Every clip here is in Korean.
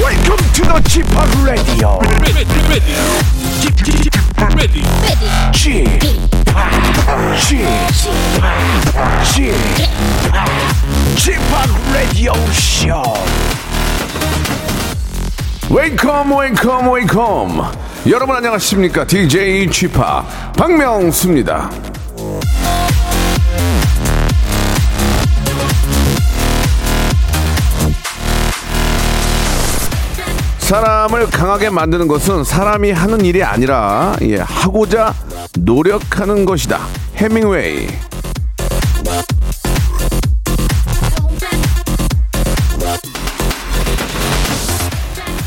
Welcome to the g p o p Radio. ready, ready, ready, ready. g p o p g p o p g p o p Radio Show. 웨이컴 웨이컴 웨이컴 여러분 안녕하십니까 DJ g p 파 박명수입니다 사람을 강하게 만드는 것은 사람이 하는 일이 아니라 예, 하고자 노력하는 것이다 해밍웨이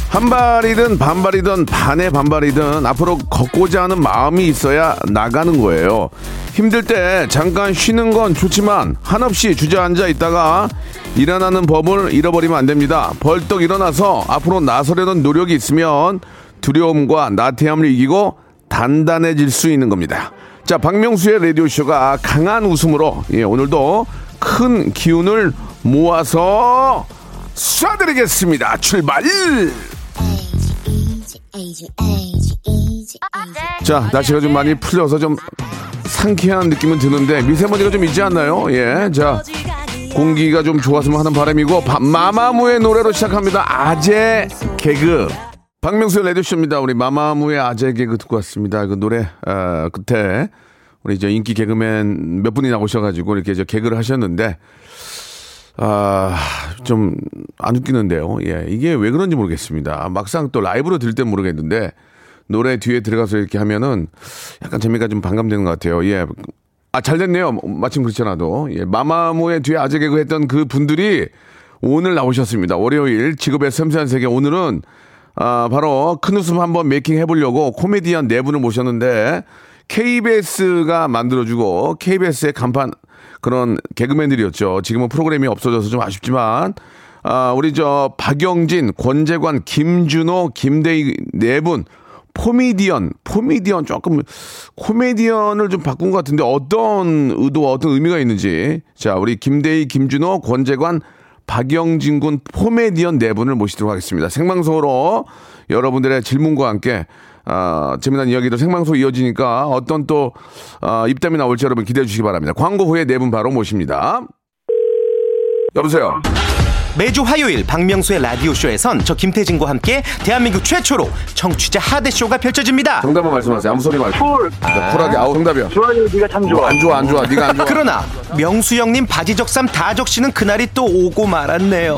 한 발이든 반발이든 반의 반발이든 앞으로 걷고자 하는 마음이 있어야 나가는 거예요. 힘들 때 잠깐 쉬는 건 좋지만 한없이 주저앉아 있다가 일어나는 법을 잃어버리면 안 됩니다. 벌떡 일어나서 앞으로 나서려는 노력이 있으면 두려움과 나태함을 이기고 단단해질 수 있는 겁니다. 자, 박명수의 라디오쇼가 강한 웃음으로 예, 오늘도 큰 기운을 모아서 쏴드리겠습니다. 출발! easy, easy, easy, easy, easy. 자, 날씨가 좀 많이 풀려서 좀 상쾌한 느낌은 드는데 미세먼지가 좀 있지 않나요? 예, 자 공기가 좀 좋았으면 하는 바람이고 바- 마마무의 노래로 시작합니다. 아재 개그. 박명수의 레디쇼입니다. 우리 마마무의 아재 개그 듣고 왔습니다. 그 노래 어, 끝에 우리 이제 인기 개그맨 몇 분이 나오셔가지고 이렇게 이제 개그를 하셨는데 아, 아좀 안 웃기는데요. 예, 이게 왜 그런지 모르겠습니다. 막상 또 라이브로 들을 땐 모르겠는데 노래 뒤에 들어가서 이렇게 하면은 약간 재미가 좀 반감되는 것 같아요. 예. 아, 잘 됐네요. 마침 그렇잖아도. 예, 마마무의 뒤에 아재 개그 했던 그 분들이 오늘 나오셨습니다. 월요일 직업의 섬세한 세계. 오늘은 아, 바로 큰 웃음 한번 메이킹 해보려고 코미디언 네 분을 모셨는데 KBS가 만들어주고 KBS의 간판 그런 개그맨들이었죠. 지금은 프로그램이 없어져서 좀 아쉽지만 아, 우리 저 박영진, 권재관, 김준호, 김대희 네 분. 포미디언, 포미디언 조금 코미디언을 좀 바꾼 것 같은데 어떤 의도와 어떤 의미가 있는지 자 우리 김대희, 김준호, 권재관, 박영진 군 포미디언 네 분을 모시도록 하겠습니다. 생방송으로 여러분들의 질문과 함께 아, 재미난 이야기도 생방송 이어지니까 어떤 또 아, 입담이 나올지 여러분 기대해 주시기 바랍니다. 광고 후에 네 분 바로 모십니다. 여보세요. 매주 화요일 박명수의 라디오쇼에선 저 김태진과 함께 대한민국 최초로 청취자 하대쇼가 펼쳐집니다. 정답만 말씀하세요. 아무 소리 말고. 쿨. 쿨하게. 아우 정답이야. 좋아요, 네가 참 좋아. 안 좋아 안 좋아. 네가 안 좋아. 그러나 명수 형님 바지 적삼 다 적시는 그날이 또 오고 말았네요.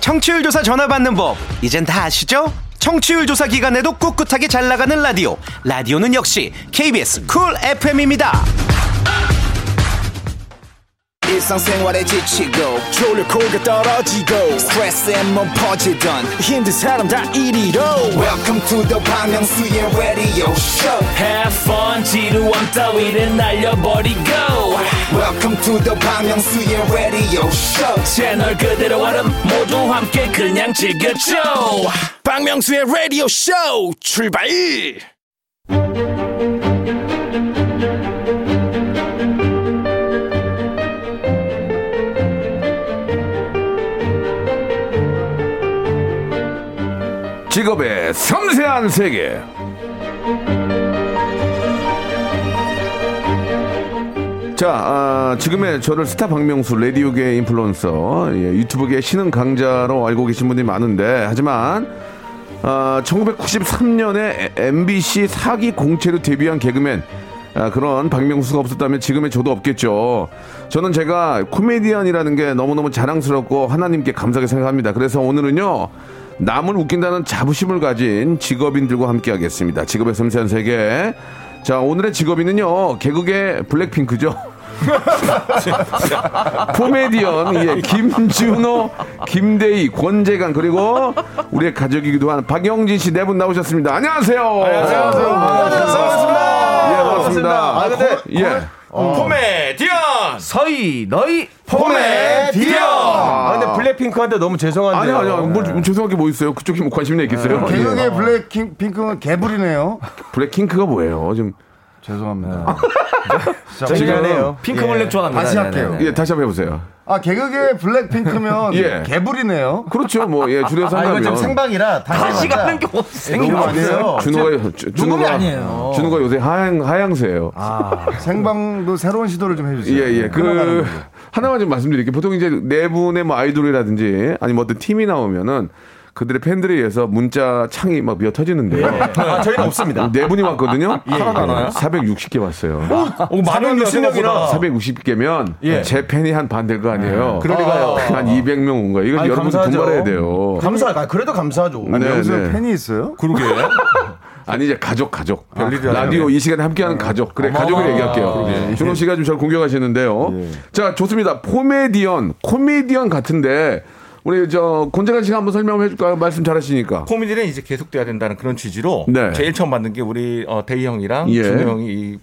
청취율 조사 전화 받는 법 이젠 다 아시죠? 청취율 조사 기간에도 꿋꿋하게 잘 나가는 라디오 라디오는 역시 KBS 쿨 FM입니다. 일상생활에 지치고, 졸려 코가 떨어지고, 스트레스에 몸 퍼지던, 힘든 사람 다 이리로. welcome to the Bang Myung-soo's radio show Have fun 지루함 따위를 날려버리고 welcome to the Bang Myung-soo's radio show 채널 그대로 얼음 모두 함께 그냥 즐겨줘 박명수의 라디오 쇼 출발! 직업의 섬세한 세계. 자, 아, 지금의 저를 스타 박명수 라디오계 인플루언서, 예, 유튜브계 신흥 강자로 알고 계신 분들이 많은데, 하지만 아, 1993년에 MBC 사기 공채로 데뷔한 개그맨 아, 그런 박명수가 없었다면 지금의 저도 없겠죠. 저는 제가 코미디언이라는 게 너무너무 자랑스럽고 하나님께 감사하게 생각합니다. 그래서 오늘은요. 남을 웃긴다는 자부심을 가진 직업인들과 함께 하겠습니다. 직업의 섬세한 세계. 자, 오늘의 직업인은요. 개그계 블랙핑크죠. 코미디언 예, 김준호, 김대희, 권재강 그리고 우리의 가족이기도 한 박영진 씨 네 분 나오셨습니다. 안녕하세요. 안녕하세요. 반갑습니다. 예, 반갑습니다. 아, 근데 예. 코미디언 서희 너희 아 근데 블랙핑크한테 너무 죄송한데 아니요, 아니요. 뭘 좀- 죄송하게 뭐 있어요? 그쪽이 뭐 관심이 있겠어요? 네, 예. 개그의 블랙핑크는 개불이네요. 블랙핑크가 뭐예요? 지금 죄송합니다. 죄송해요 핑크블랙 좋아합니다. 다시 할게요. 네. 예, 다시 한번 해보세요. 아 개그의 블랙핑크면 예. 개불이네요. 그렇죠. 뭐 예, 줄여서 아 이건 한다면 좀 생방이라 다시 네, 가는 게 너무 아니에요. 준호가 주- 준호가 아니에요. 준호가 요새 하향 하향세예요. 생방도 새로운 시도를 좀 해주세요. 네, 예, 예. 끊어가는 그, 걸로. 하나만 좀 말씀드릴게요. 보통 이제 네 분의 뭐 아이돌이라든지 아니면 뭐 어떤 팀이 나오면은 그들의 팬들에 의해서 문자 창이 막 미어 터지는데요. 아, 저희는 없습니다. 예. 네 분이 왔거든요. 하나도 안 와요? 460개 왔어요. 많은 아, 유신력이나 460개면 예. 제 팬이 한 반 될 거 아니에요. 그러니까요. 한 200명 온 거예요. 이건 아니, 여러분 감사하죠. 분발해야 돼요. 감사 아, 그래도 감사하죠. 네, 여기서 네. 팬이 있어요? 아니 네. 이제 가족 가족 라디오 이 시간에 함께하는 가족 아, 그래 가족을 얘기할게요 네. 예. 준호 씨가 좀 잘 공격하시는데요 자 좋습니다 코미디언 코미디언 같은데 우리 저 권재관 씨가 한번 설명을 해줄까요 말씀 잘하시니까 코미디는 이제 계속돼야 된다는 그런 취지로 네. 제일 처음 만든 게 우리 어, 대희 형이랑 예. 준호 형이 이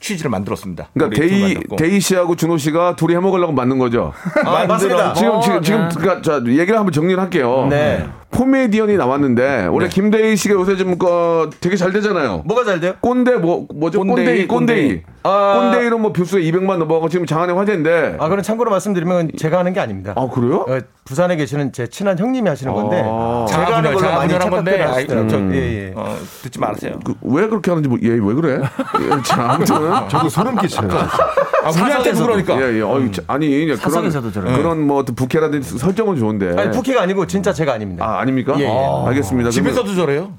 취지를 만들었습니다. 아, 그러니까 우리 둘 데이 만들었고. 데이 씨하고 준호 씨가 둘이 해먹으려고 만든 거죠 아, 맞습니다. 어, 지금 지금 지금 그러니까 자 얘기를 한번 정리를 할게요 네. 코미디언이 나왔는데 원래 김대희 씨가 요새 좀 어, 되게 잘 되잖아요 뭐가 잘 돼요? 꼰대 뭐 뭐죠 꼰대이, 꼰대이 꼰대이 꼰대이. 아. 꼰대이로 뭐 뷰수가 200만 넘어가고 지금 장안의 화제인데 아, 그럼 참고로 말씀드리면 제가 하는 게 아닙니다. 아 그래요? 어, 부산에 계시는 제 친한 형님이 하시는 건데 아. 제가 하는 자아분열, 걸로 많이 자아분열한 건데, 아이, 착각들 하시더라고요. 음. 예, 예. 어, 듣지 마세요. 그, 왜 그렇게 하는지 뭐, 예, 왜 그래? 예, 자, 아무튼. 저도 소름 끼쳐요. 아, 우리한테 그러니까. 예, 예. 어이, 자, 아니, 이제 그런, 음. 사석에서도 저런. 그런 뭐, 어떤 부캐라든지 설정은 좋은데. 아니 부캐가 아니고 진짜 제가 아닙니다. 아, 아닙니까? 예, 예. 아, 알겠습니다. 그러면 집에서도 저래요?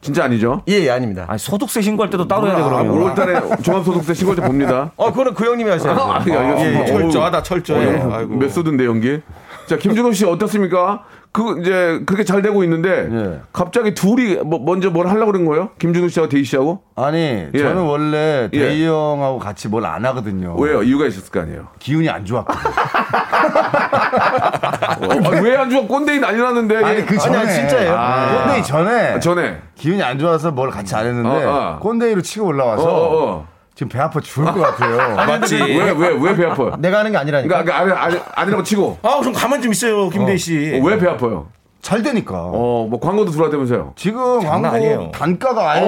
진짜 아니죠? 예, 예, 아닙니다. 아, 소득세 신고할 때도 따로 해야 아, 5월달에 종합소득세 신고할 때 봅니다. 그거는 그 형님이 하시는 거예요. 아, 예, 알겠습니다. 예, 철저하다, 철저해. 어우, 아이고. 몇 소든데, 연기? 자, 김준호 씨 어떻습니까? 그, 이제, 그렇게 잘 되고 있는데, 네. 갑자기 둘이 뭐, 먼저 뭘 하려고 그런 거예요? 김준호 씨하고 데이 씨하고? 아니 예. 저는 원래 예. 대희 형하고 같이 뭘 안 하거든요. 왜요? 이유가 있었을 거 아니에요? 기운이 안 좋았거든요. 왜 안 어, 좋아? 꼰대인 아니라는데. 아니 그 전에 아니, 진짜예요? 아, 꼰대이 전에 예. 아, 전에. 기운이 안 좋아서 뭘 같이 안 했는데 어, 어. 꼰대이로 치고 올라와서 어, 어. 지금 배 아파 죽을 것 같아요. 맞지. 왜, 왜, 왜 배 아파요? 내가 하는 게 아니라니까. 그러니까 아니, 아니, 아니라고 치고 아, 좀 가만 좀 있어요, 김대희 씨. 왜 배 아파요? 잘 되니까. 어 뭐 광고도 들어왔다면서요? 지금 광고 아니에요. 단가가 아예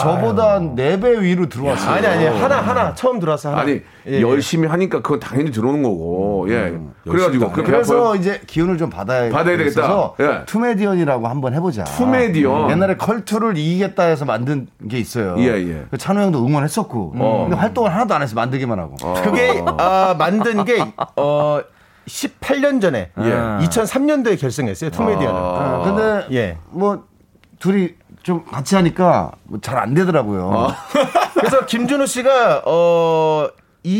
저보다 한 4배 위로 들어왔어요. 아니 아니 하나 하나 처음 들어와서 하나. 아니 예, 예. 열심히 하니까 그건 당연히 들어오는 거고 예 그래가지고 그배 어, 그래서 아파요. 이제 기운을 좀 받아야 받아야 되겠다. 있어서 예. 투메디언이라고 한번 해보자. 음. 투메디언. 옛날에 컬투를 이기겠다 해서 만든 게 있어요. 예, 예. 그 찬호 형도 응원했었고. 근데 활동을 하나도 안 해서 만들기만 하고. 그게 아, 만든 게 어, 18년 전에 예. 2003년도에 결성했어요. 투메디언을. 아, 근데 예. 뭐 둘이 좀 같이 하니까 뭐 잘 안 되더라고요. 그래서 김준호 씨가 어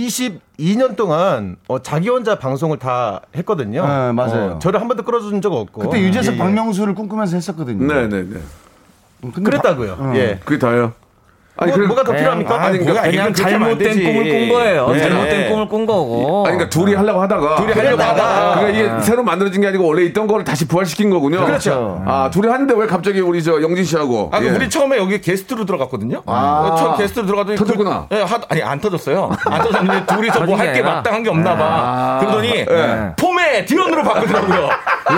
22년 동안 어, 자기 혼자 방송을 다 했거든요. 네, 맞아요. 어, 저를 한 번도 끌어준 적 없고. 그때 유재석 예, 예. 박명수를 꿈꾸면서 했었거든요. 네네네 근데 그랬다고요. 아, 예. 그게 다예요. 아니 뭐, 그래- 뭐가 더 네. 필요합니까? 아니 그러니까, 아니, 그냥 잘못된 꿈을 꾼 거예요. 잘못된 꿈을 꾼 거고. 그러니까 둘이 하려고 하다가 둘이 하려고 하다가. 그러니까 이게 새로 만들어진 게 아니고 원래 있던 거를 다시 부활시킨 거군요. 그렇죠. 아 둘이 하는데 왜 갑자기 우리 저 영진 씨하고 아, 그 예. 우리 처음에 여기 게스트로 들어갔거든요. 아. 처음 게스트로 들어가더니 터졌구나. 그- 예, 하- 아니 안 터졌어요. 안 터졌는데 둘이서 뭐 터진 할 게 게 아니라. 마땅한 게 없나 아. 봐. 예. 그러더니 네. 폼에 디언으로 바꾸더라고요.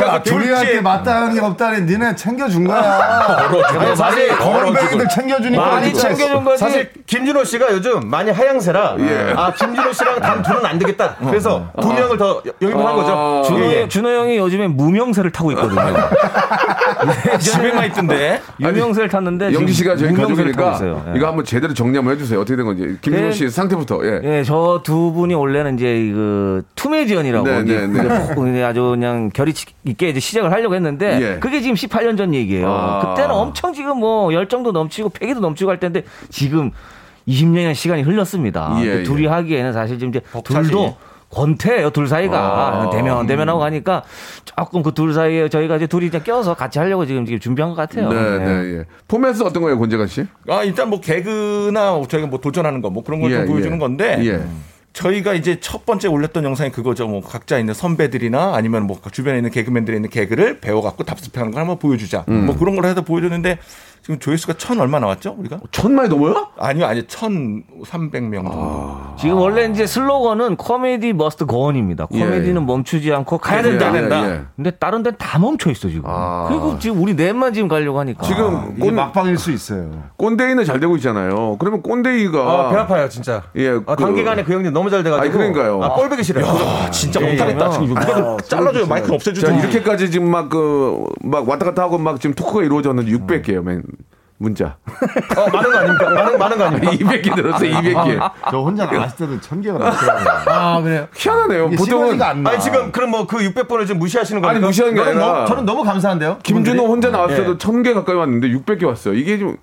야, 둘이 할게 마땅한 게 없다니 니네 챙겨준 거야. 아니, 사실 어, 거렁뱅이들 챙겨주니까 아, 많이 진짜 챙겨준 거지. 사실 김준호 씨가 요즘 많이 하향세라. 예. 아 김준호 씨랑 단 둘은 안 되겠다. 그래서 두 명을 더 영입한 어. 거죠. 준호, 예, 예. 준호 형이 요즘에 무명세를 타고 있거든요. 아, 집에만 있던데. 유명세를 탔는데 영진 지금 씨가 저희 무명세를 타고 가족이니까 있어요. 예. 이거 한번 제대로 정리 한번 해주세요. 어떻게 된 건지 김준호 네. 씨 상태부터 예. 예, 저 두 분이 원래는 이제 그 투메지언이라고 네, 이제 네, 네. 그 이제 아주 그냥 결이 있게 이제 시작을 하려고 했는데 예. 그게 지금 18년 전 얘기예요. 아. 그때는 엄청 지금 뭐 열정도 넘치고 패기도 넘치고 할 때인데 지금 20년의 시간이 흘렀습니다. 예, 근데 예. 그 둘이 하기에는 사실 지금 이제 벅차지. 둘도 권태예요 둘 사이가 아. 대면 대면하고 하니까 조금 그 둘 사이에 저희가 이제 둘이 이제 껴서 같이 하려고 지금 지금 준비한 것 같아요. 네, 네. 네, 예. 포맷은 어떤 거예요, 권재관 씨? 아 일단 뭐 개그나 저희가 뭐 도전하는 거 뭐 그런 걸 예, 좀 보여주는 예. 건데 예. 저희가 이제 첫 번째 올렸던 영상이 그거죠. 뭐 각자 있는 선배들이나 아니면 뭐 주변에 있는 개그맨들이 있는 개그를 배워갖고 답습하는 걸 한번 보여주자. 음. 뭐 그런 걸 해서 보여줬는데 지금 조회수가 천 얼마 나왔죠? 우리가? 천만이 넘어요? 아니요, 아니요. 천 삼백 명 정도. 지금 원래 이제 슬로건은 코미디 머스트 고온입니다. 예, 코미디는 예. 멈추지 않고 가야 예, 가야 된다. 아, 된다. 예. 근데 다른 데는 다 멈춰 있어 지금. 그리고 지금 우리 넷만 지금 가려고 하니까. 아, 지금 꼰 막방일 수 있어요. 꼰대이는 잘 되고 있잖아요. 그러면 꼰대이가 아, 배 아파요, 진짜. 예, 아, 단기간에 그 형님 너무 잘 돼가지고. 아니, 그러니까요. 아, 꼴보기 싫어요. 예, 야, 진짜 못하겠다. 지금 누가 좀 잘라줘요. 마이크 없애주세요. 자, 이렇게까지 지금 막 그 막 왔다 갔다 하고 막 지금 토크가 이루어졌는데 600개요, 맨 문자. 어, 많은 거 아닙니까? 많은, 많은 거 아닙니까? 200개 늘었어요, 200개. 아, 저 혼자 나왔을 때는 1000개가 넘더라고요. 아, 그래요? 희한하네요. 보통은 아니, 지금 그럼 뭐 그 600번을 지금 무시하시는 겁니까? 음. 아니, 무시하는 게 저는 아니라 너무- 저는 너무 감사한데요? 김준호 그분들이? 혼자 예. 나왔어도 1000개 가까이 왔는데 600개 왔어요. 이게 좀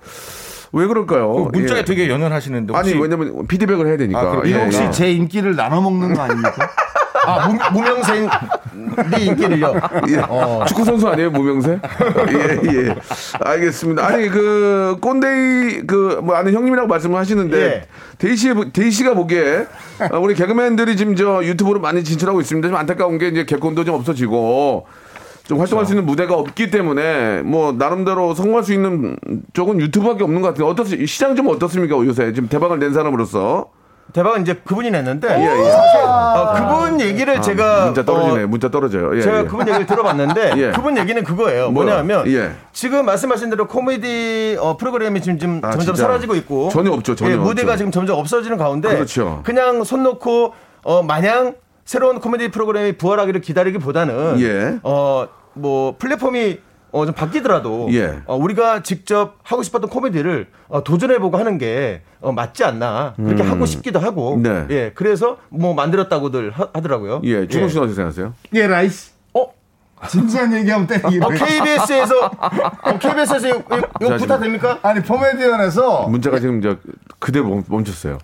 왜 그럴까요? 그 문자에 되게 연연하시는데 혹시- 예. 아니 왜냐면 피드백을 해야 되니까. 아, 예, 이거 혹시 제 인기를 나눠 먹는 거 아닙니까? 아, 무, 명세인네 인기를요. 예. 축구 선수 아니에요 무명세? 예 예. 알겠습니다. 아니 그 꼰대이 그 뭐 아는 형님이라고 말씀을 하시는데 데이시 데이시가 보기에 아, 우리 개그맨들이 지금 저 유튜브로 많이 진출하고 있습니다. 좀 안타까운 게 이제 개콘도 좀 없어지고 좀 활동할 수 있는 무대가 없기 때문에 뭐 나름대로 성공할 수 있는 쪽은 유튜브밖에 없는 것 같아요. 어떻 시장 좀 어떻습니까 요새 지금 대박을 낸 사람으로서? 대박은 이제 그분이 냈는데 예, 예. 사실 어, 그분 얘기를 아, 제가 문자 떨어지네 문자 떨어져요. 예, 제가 예. 그분 얘기를 들어봤는데 예. 그분 얘기는 그거예요. 뭐요? 뭐냐면 예. 지금 말씀하신 대로 코미디 어, 프로그램이 지금, 지금 아, 점점 진짜. 사라지고 있고 전혀 없죠, 전혀 예, 무대가 없죠. 지금 점점 없어지는 가운데 그렇죠. 냥손 놓고 어, 마냥 새로운 코미디 프로그램이 부활하기를 기다리기보다는 예. 어뭐 플랫폼이 어, 좀 바뀌더라도 예. 어, 우리가 직접 하고 싶었던 코미디를 어, 도전해보고 하는 게 어, 맞지 않나 그렇게 음. 하고 싶기도 하고 네. 예 그래서 뭐 만들었다고들 하, 더라고요 예, 주공 씨는 어떻게 생각하세요? 예, 라이스. 어? 진지한 얘기하면 때리기. 어, KBS에서 어, KBS에서 이거, 이거- 이거 자, 지금. 부탁됩니까? 아니, 포메디언에서 문자가 지금 저 그대로 멈- 멈췄어요.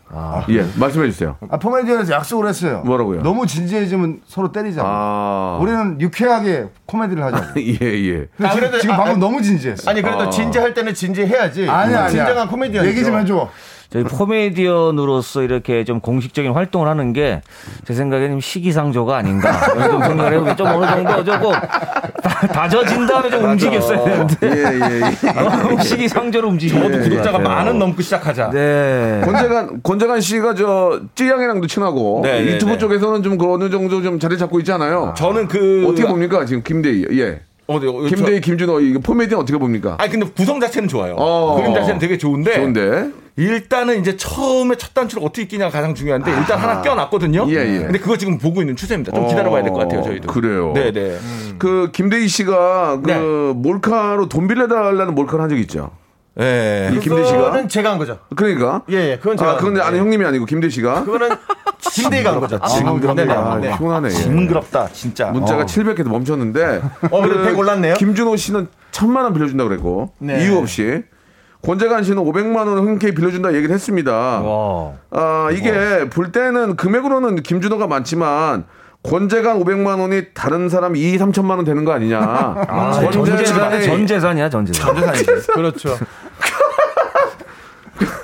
예, 말씀해 주세요. 아, 포메디언에서 약속을 했어요. 뭐라고요? 너무 진지해지면 서로 때리잖아. 아. 우리는 유쾌하게 코미디를 하자. 예, 예. 근데 지금, 지금 방금 너무 진지했어. 아니 그래도 아. 진지할 때는 진지해야지. 아니, 아니. 진정한 코미디언. 얘기 좀 해줘. 저희 코미디언으로서 이렇게 좀 공식적인 활동을 하는 게 제 생각에는 시기상조가 아닌가 좀 생각을 해보면 좀 어느 정도 조금 다- 다져진 다음에 좀 움직였어야 되는데 예, 너무 어, 시기상조로 예, 움직이고 적어도 네, 네, 구독자가 만원 넘고 시작하자. 네. 권재관 권재관 씨가 저 찌양이랑도 친하고 네, 네, 유튜브 네. 쪽에서는 좀 그 어느 정도 좀 자리 잡고 있잖아요. 저는 그 어떻게 봅니까 지금 김대희? 예. 어, 네, 어, 그 김대희, 저- 김준호 이 포메디언 어떻게 봅니까? 아니 근데 구성 자체는 좋아요. 어. 그림 자체는 되게 좋은데. 예. 좋은데. 일단은 이제 처음에 첫 단추를 어떻게 끼냐가 가장 중요한데 일단 아. 하나 껴놨거든요. 예, 예. 근데 그거 지금 보고 있는 추세입니다. 좀 어, 기다려봐야 될 것 같아요, 저희도. 그래요. 네, 네. 그 김대희 씨가 그 몰카로 돈 빌려달라는 몰카를 한 적 있죠. 예. 이 김대희 씨가 그거는 제가 한 거죠. 그러니까. 예, 예, 그건 제가 아, 그건 한 예. 아니 형님이 아니고 김대희 씨가. 그거는 김대희가 한 거죠. 아, 징그럽다. 흉하네. 징그럽다, 진짜. 문자가 어. 700개 도 멈췄는데. 어, 그래도 백 올랐네요. 김준호 씨는 천만 원 빌려준다 그랬고 네. 이유 없이 권재관 씨는 500만 원을 흔쾌히 빌려준다 얘기를 했습니다. 어. 아 이게 볼 때는 금액으로는 김준호가 많지만. 권재관 500만 원이 다른 사람 2, 3천만 원 되는 거 아니냐. 아, 전 재산이- 전 재산이야, 전 재산. 아, 그렇죠.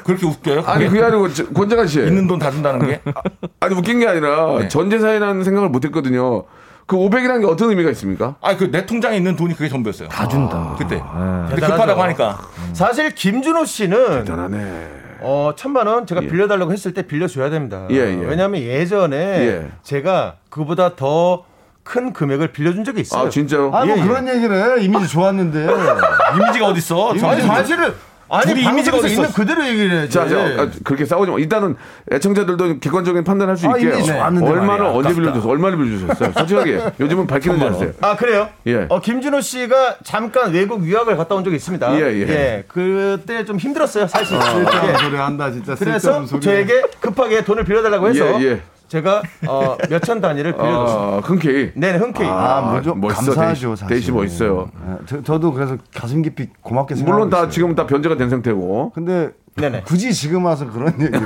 그렇게 웃겨요? 아니 그게 아니고 저- 권재관 씨. 있는 돈 다 준다는 게? 네. 아니 웃긴 게 아니라 전 재산이라는 생각을 못 했거든요. 그 500이라는 게 어떤 의미가 있습니까? 아, 그 내 통장에 있는 돈이 그게 전부였어요. 다 준다. 그때. 근데 급하다고 하니까. 음. 사실 김준호 씨는 아, 대단하네. 어 천만 원 제가 빌려달라고 했을 때 빌려줘야 됩니다. 예, 예. 왜냐하면 예전에 예. 제가 그보다 더 큰 금액을 빌려준 적이 있어요. 아, 진짜요? 아, 뭐 예, 예. 그런 얘기를 해. 이미지 좋았는데. 어, 아, 이미지가 어딨어? 아니 사실을 아니 둘이 이미지가 이미지가 어딨어? 있는 그대로 얘기를 해야지. 자, 자 아, 그렇게 싸우지 마. 일단은 애청자들도 객관적인 판단을 할 수 아, 있게 이미 좋았는데 얼마를 말이야. 언제 빌려줘서 얼마를 빌려주셨어요? 솔직하게 요즘은 밝히는 줄 아세요? 아 그래요? 예. 어, 김준호 씨가 잠깐 외국 유학을 갔다 온 적이 있습니다. 예, 아. 예. 그때 좀 힘들었어요, 사실. 쓸데없는 예. 소리 한다, 진짜. 그래서 쓸데없는 소리. 저에게 급하게 돈을 빌려달라고 해서 예, 예. 제가 어, 몇천 단위를 빌려줬습니다. 아, 흔쾌히. 네, 네, 흔쾌히. 아, 뭐좀 멋있어, 감사하죠, 데이- 사실. 데이시 멋있어요. 예, 저, 저도 그래서 가슴 깊이 고맙게 생각하고 물론 다 있어요. 지금 다 변제가 된 상태고. 근데 네네. 굳이 지금 와서 그런 얘기를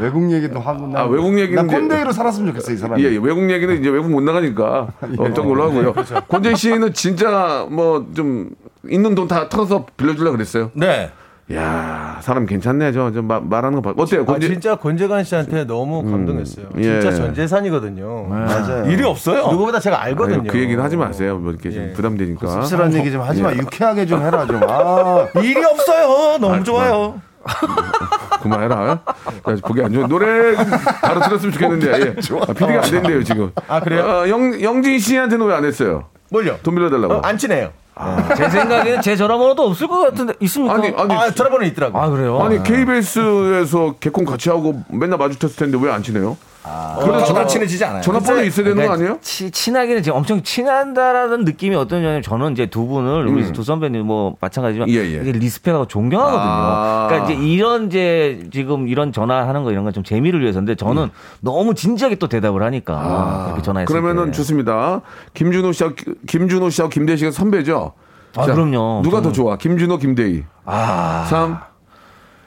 외국 얘기도 하고 난- 아, 외국 얘기는 나 이제- 꼰대이로 살았으면 좋겠어 이 사람이 예, 예, 외국 얘기는 이제 외국 못 나가니까 예. 없던 걸로 하고요. 그렇죠. 권재 씨는 진짜 뭐 좀 있는 돈 다 털어서 빌려주려 그랬어요. 네. 야 사람 괜찮네 저, 저 마- 말하는 거 봐. 어때요? 아, 권지- 진짜 권재관 씨한테 너무 감동했어요. 진짜 예. 전 재산이거든요. 음, 맞아요. 일이 없어요. 누구보다 제가 알거든요. 예. 아유, 그 얘기는 하지 마세요. 뭐 이렇게 좀 부담되니까. 씁쓸한 얘기 좀 하지 마. 예. 유쾌하게 좀 해라 좀. 아. 일이 없어요. 너무 아, 좋아요. 그만해라. 나 보기 안 좋은 노래 좀 바로 들었으면 좋겠는데. 예. 아, PD가 안 된대요 지금. 아 그래요? 영 영진 씨한테 노래 안 했어요. 뭘요? 돈 어, 빌려달라고. 안 친해요. 제 생각에는 제 전화번호도 없을 것 같은데 있습니까? 아니, 아니. 아, 전화번호 있더라고. 아 그래요? 아니 KBS에서 개콘 같이 하고 맨날 마주쳤을 텐데 왜 안 친해요? 아. 아, 그래도 전화- 그렇죠. 전화번호 있어야 되는 거 아니에요? 치, 친하기는 지금 엄청 친한다라는 느낌이 어떤 냐면 저는 이제 두 분을 우리 음. 두 선배님 뭐 마찬가지지만 예, 예. 이게 리스펙하고 존경하거든요. 아. 그러니까 이제 이런 이제 지금 이런 전화하는 거 이런 건 좀 재미를 위해서인데 저는 너무 진지하게 또 대답을 하니까 그렇게 음. 전화했을 아. 그러면은 때. 좋습니다. 김준호 씨하고 김준호 씨하고 김대희 씨가 선배죠. 아, 그럼요. 누가 더 저는- 좋아? 김준호, 김대희. 아. 삼.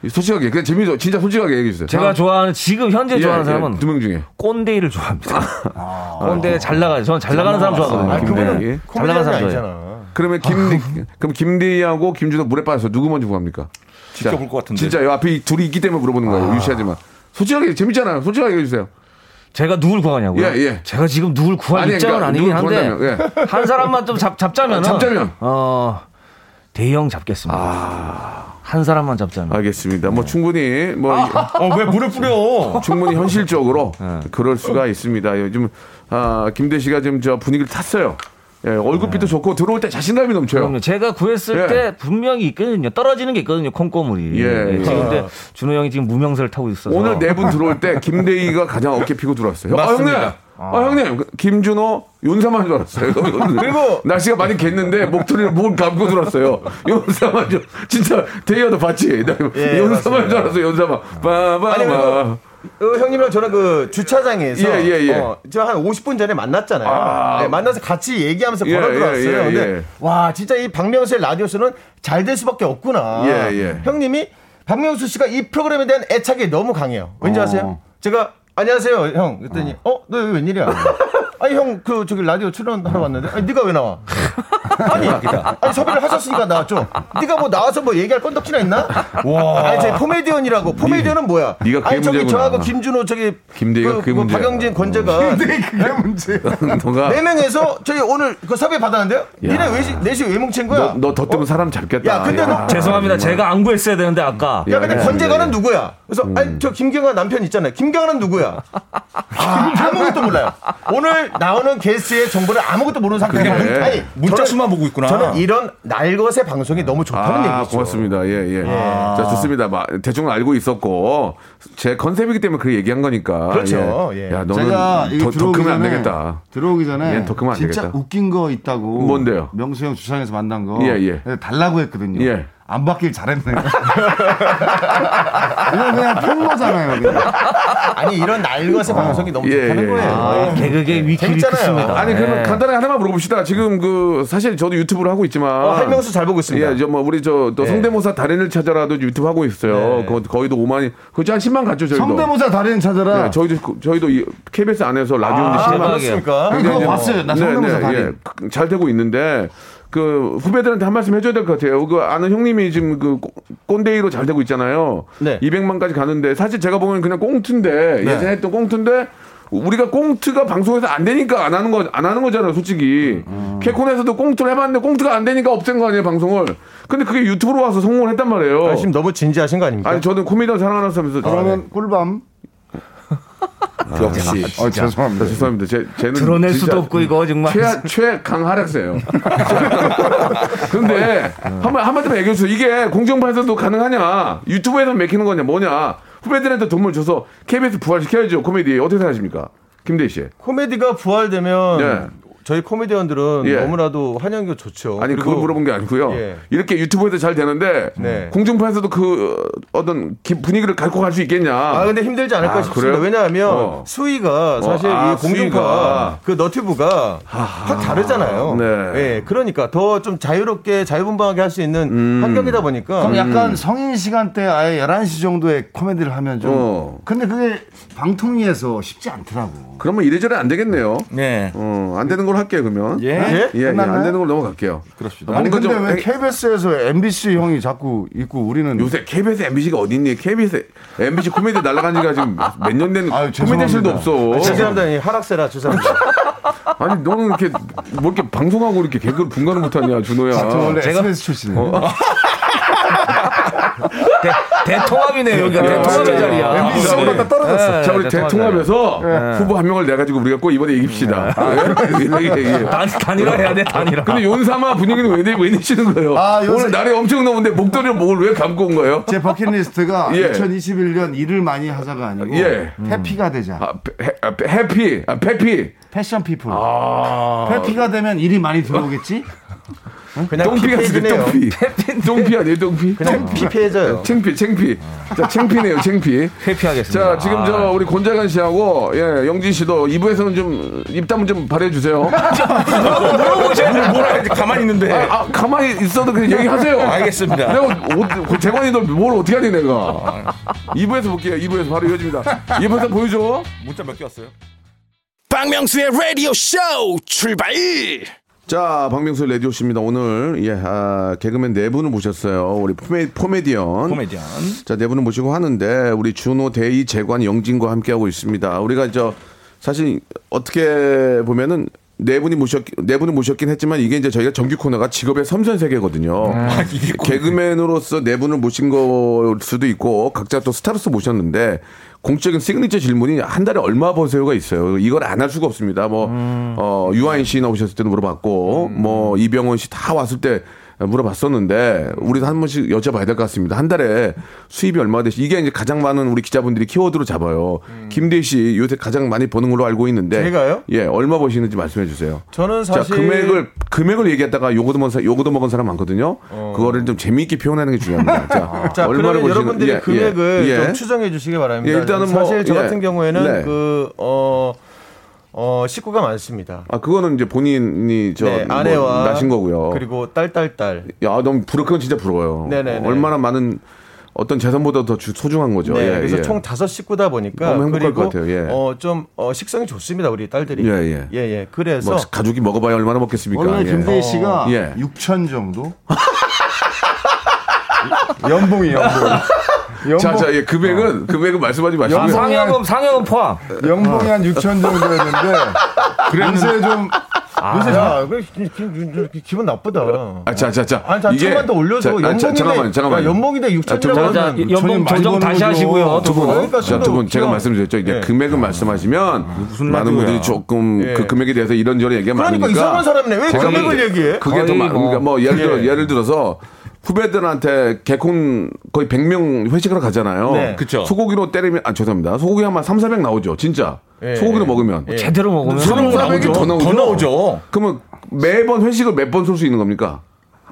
솔직하게 그냥 재미죠. 진짜 솔직하게 얘기해 주세요. 제가 좋아하는 지금 현재 좋아하는 사람은 예, 두명 중에 꼰대이를 좋아합니다. 꼰대 잘 나가요. 저는 잘 나가는 사람 좋아하거든요. 아, 그분은 김대희. 잘 코미디언이 나가는 사람 좋아해요. 아니잖아. 그러면 김 그럼 김대희하고 김준호 물에 빠져서 누구 먼저 구합니까? 진짜 볼것 같은데. 진짜 요 앞에 이 둘이 있기 때문에 물어보는 거예요. 유시하지 마. 솔직하게 재밌잖아요. 솔직하게 얘기해 주세요. 제가 누굴 구하냐고요? 예, 예. 제가 지금 누굴 구할 아니, 입장은 그러니까 아니긴 누굴 한데 구한다면, 한 사람만 좀 잡, 잡자면 아, 잡자면. 어 대형 잡겠습니다. 아. 한 사람만 잡자면 알겠습니다. 뭐 충분히 아. 어, 뭐왜 물을 뿌려? 충분히 현실적으로 그럴 수가 있습니다. 요즘 아, 김대 씨가 지금 저 분위기를 탔어요. 예, 얼굴빛도 좋고 들어올 때 자신감이 넘쳐요. 그럼요. 제가 구했을 예. 때 분명히 있거든요. 떨어지는 게 있거든요. 콩고물이. 예, 예. 지금 근데 준호 형이 지금 무명세를 타고 있어서 아, 오늘 네 분 들어올 때 김대희가 가장 어깨 피고 들어왔어요. 맞습니다. 아 형님, 아, 형님, 그 김준호 윤사만 줄 알았어요. 그리고 날씨가 많이 겠는데 목소리를 목을 감고 들어왔어요. 윤사만 줄 진짜 대희가 너 봤지? 나 예, 윤사만 줄 맞습니다. 알았어요. 윤사만. 아니 빠바바. 그리고 어, 형님이랑 저랑 그 주차장에서 예, 예, 예. 어, 제가 한 50분 전에 만났잖아요. 네, 만나서 같이 얘기하면서 예, 걸어 들어왔어요. 예, 예, 근데 예. 와 진짜 이 박명수의 라디오쇼는 잘 될 수밖에 없구나. 예, 예. 형님이 박명수 씨가 이 프로그램에 대한 애착이 너무 강해요. 왠지 어. 아세요? 제가 안녕하세요 형 그랬더니 어너 여기 웬일이야? 아니 형 그 저기 라디오 출연하러 왔는데 아니 네가 왜 나와? 아니 아니 섭외를 하셨으니까 나왔죠. 네가 뭐 나와서 뭐 얘기할 건덕지나 있나? 와. 아니 제 포메디언이라고 포메디언은 뭐야? 어. 네. 네가 그게 아니 저기 문제구나. 저하고 김준호 저기 김대희가 그, 그게 뭐 문제야. 음. 박영진 권재가 그게 문제. 너가 네 명에서 저희 오늘 그 섭외 받았는데요. 니네 왜 시- 넷이 왜 뭉친 거야? 어? 너 더 뜨면 사람 잡겠다. 야, 근데 너- 죄송합니다. 제가 안 구했어야 되는데 아까 예. 야, 근데 권재가는 누구야? 그래서 음. 아니 저 김경아 남편 있잖아요. 김경아는 누구야? 아, 아무것도 몰라요. 오늘 나오는 게스트의 정보를 아무것도 모르는 상태예요. 그게 아니 문자 저는- 수만 보고 있구나. 저는 이런 날것의 방송이 너무 좋다는 아, 얘기죠. 고맙습니다. 예, 예. 자, 좋습니다. 마- 대충 알고 있었고, 제 컨셉이기 때문에 그 얘기한 거니까. 그렇죠. 예. 야, 너는 제가 이거 더, 더 들어오기 크면 안 전에 되겠다. 들어오기 전에 얘는 더 크면 안 진짜 되겠다. 웃긴 거 있다고. 뭔데요? 명수 형 주상에서 만난 거. 예, 예. 그래서 달라고 했거든요. 예. 안 받길 잘했네. 이건 그냥 팬 거잖아요. 그냥. 아니 이런 날것의 방송이 너무 예, 좋다는 예. 거예요. 아, 개그계 위키를 재밌잖아요. 씁니다. 아니 그러면 간단하게 하나만 물어봅시다. 지금 그 사실 저도 유튜브를 하고 있지만 어, 한명수 잘 보고 있습니다. 예, 저 뭐 우리 저 또 성대모사 달인을 찾아라도 유튜브 하고 있어요. 거, 거의도 5만이 그저 한 10만 갔죠 저희도. 성대모사 달인 찾아라. 예, 저희도 그- 저희도 이 KBS 안에서 아, 라디오인데 10만. 대박이에요. 그렇습니까? 네, 형, 그거 봤어요. 나 성대모사 달인. 그- 잘 되고 있는데 그 후배들한테 한 말씀 해줘야 될 것 같아요. 그 아는 형님이 지금 그 꼰- 꼰대이로 잘 되고 있잖아요. 네. 200만까지 가는데 사실 제가 보면 그냥 꽁트인데 예전에 했던 꽁트인데 우리가 꽁트가 방송에서 안 되니까 안 하는 거 안 하는 거잖아요, 솔직히. 캐콘에서도 꽁트를 해봤는데 꽁트가 안 되니까 없앤 거 아니에요, 방송을. 근데 그게 유튜브로 와서 성공을 했단 말이에요. 지금 너무 진지하신 거 아닙니까? 아니 저는 코미디언 사랑하는 사람에서 아, 네. 그러면 꿀밤. 역시. 어, 죄송합니다. 죄송합니다. 제, 쟤는 드러낼 진짜 수도 없고 이거 정말 최하, 최강 하락세예요. 네. 근데 한번 한마디만 얘기해 주세요. 이게 공정파에서도 가능하냐? 유튜브에서 맥히는 거냐? 뭐냐? 후배들한테 돈을 줘서 KBS 부활시켜야죠. 코미디 어떻게 생각하십니까? 김대희 씨. 코미디가 부활되면 예. 저희 코미디언들은 예. 너무나도 환영이 좋죠. 아니 그리고 그걸 물어본 게 아니고요. 예. 이렇게 유튜브에서 잘 되는데 네. 공중파에서도 그 어떤 기- 분위기를 갖고 갈 수 있겠냐? 아 근데 힘들지 않을까 아, 싶습니다. 그래요? 왜냐하면 어. 수위가 사실 아, 이 공중파 수위가. 아. 그 너튜브가 확 다르잖아요. 네. 예, 그러니까 더 좀 자유롭게 자유분방하게 할 수 있는 음. 환경이다 보니까 그럼 약간 성인 시간대 아예 11시 정도에 코미디를 하면 좀. 어. 근데 그게 방통위에서 쉽지 않더라고. 그러면 이래저래 안 되겠네요. 네. 어, 안 되는 걸 걸로 할게요 그러면. 예? 예, 예, 끝났나요? 안 되는 걸로 넘어갈게요. 그렇습니다. 아니 근데 왜 KBS에서 MBC 형이 자꾸 있고 우리는 요새 KBS, MBC가 어디 있니? KBS, MBC 코미디 날아간 지가 지금 몇 년 된 코미디실도 없어. 아, 죄송합니다. 이 하락세라 죄송합니다. 아니 너는 이렇게 뭐 이렇게 방송하고 이렇게 개그를 분간을 못하냐 준호야. 저 원래 SBS 출신이에요. 아, 어? 대통합이네 여기가 예, 대통합의 맞아요. 자리야. 예, MBC 싸움받다 떨어졌어. 자 우리 대통합에서 예. 후보 한 명을 내 가지고 우리가 꼭 이번에 이깁시다. 예? 단- 단일화 해야 돼, 단일화. 근데 윤삼아 분위기는 왜, 내- 왜 내시는 거예요? 아, 요새- 오늘 날이 엄청 더운데 목도리를 목을 왜 감고 온 거예요? 제 버킷리스트가 예. 2021년 일을 많이 하자가 아니고 예. 해피가 되자. 아, 해, 아, 해피, 아, 페피. 패션 피플. 아. 해피가 되면 일이 많이 들어오겠지? 그냥 똥피가 진짜 피폐해지네요. 똥피. 똥피 아니에요, 똥피? 아, 그냥 어. 피폐해져요. 챙피, 챙피. 자, 챙피네요, 챙피. 회피하겠습니다. 자, 지금 저 우리 곤자간 씨하고 예, 영진 씨도 2부에서는 좀 입담을 좀 발휘해 주세요. 물어보세요. 뭐라 해야지 가만히 있는데. 아, 아, 가만히 있어도 그냥 얘기하세요. 알겠습니다. 내가 옷- 그 재관이 널뭘 어떻게 하니 내가. 2부에서 볼게요. 2부에서 바로 이어집니다. 2부에서 보여줘. 문자 몇 개 왔어요? 박명수의 라디오 쇼 출발! 자, 박명수 레디오 씨입니다. 오늘 예, 아, 개그맨 네 분을 모셨어요. 우리 포메, 포메디언. 코미디언. 자, 네 분을 모시고 하는데 우리 준호 대희 재관 영진과 함께 하고 있습니다. 우리가 저 사실 어떻게 보면은 네 분이 모셨 네 분을 모셨긴 했지만 이게 이제 저희가 정규 코너가 직업의 섬세한 세계거든요. 개그맨으로서 네 분을 모신 걸 수도 있고 각자 또 스타로서 모셨는데 공적인 시그니처 질문이 한 달에 얼마 버세요가 있어요. 이걸 안 할 수가 없습니다. 뭐 어, 유아인 씨 나오셨을 때도 물어봤고 뭐 이병헌 씨 다 왔을 때 물어봤었는데 우리도 한 번씩 여쭤봐야 될 것 같습니다. 한 달에 수입이 얼마 되시? 이게 이제 가장 많은 우리 기자분들이 키워드로 잡아요. 김대희 씨 요새 가장 많이 버는 걸로 알고 있는데 음. 제가요? 예 얼마 버시는지 말씀해 주세요. 저는 자, 사실 금액을 금액을 얘기했다가 요거도 먹은 사람, 요거도 먹은 사람 많거든요. 그거를 좀 재미있게 표현하는 게 중요합니다. 자, 어. 아. 자, 얼마를 그러면 보시는 여러분들이 예, 금액을 예, 예. 좀 추정해 주시기 바랍니다. 예, 일단은 뭐, 사실 저 예. 같은 경우에는 네. 그 어, 어, 식구가 많습니다. 아 그거는 이제 본인이 저 네, 뭐 아내와 나신 거고요. 그리고 딸딸딸. 야 너무 부러 그건 진짜 부러워요. 네네네. 얼마나 많은 어떤 재산보다 더 주- 소중한 거죠. 네, 예, 그래서 예. 총 다섯 식구다 보니까 너무 행복할 그리고 것 같아요. 예. 어, 좀 어, 식성이 좋습니다. 우리 딸들이. 예, 예. 예. 그래서 뭐 가족이 먹어봐야 얼마나 먹겠습니까? 원래 예. 김대희 어. 씨가 예. 6천 정도? 연봉이 연봉. 연봉. 자, 자, 예, 금액은 어. 금액은 말씀하지 마시고요. 상여금 상여금 포함. 그, 연봉이 한 6천 정도였는데 요새 좀 요새 아, 야, 그래, 기- 기- 기- 기분 나쁘다. 아, 자, 자, 자. 아니, 자, 천만 더 자, 올려서 아, 연봉인데 자, 잠깐만, 잠깐만. 야, 연봉인데 자, 좀 6천이라고 자, 하면 연봉 그, 많이 조정 버는 다시 거죠. 하시고요. 두 분. 그러니까 자, 두 분 제가 말씀드렸죠. 이제 예. 금액은 말씀하시면 많은 라디오야. 분들이 조금 예. 그 금액에 대해서 이런저런 얘기가 그러니까 많으니까 이상한 사람이네. 왜 제가 금액을 뭐- 얘기해? 그게 더 거의 많, 뭐- 그러니까 뭐 예를 들어 예. 예를 들어서 후배들한테 개콘 거의 100명 회식하러 가잖아요. 네. 그쵸. 소고기로 때리면 아 죄송합니다. 소고기 한만 3, 400 나오죠. 진짜. 예. 소고기로 먹으면. 제대로 먹으면 소름 아, 나오죠. 더 나오죠. 더 나오죠. 그러면 매번 회식을 몇 번 쏠 수 있는 겁니까?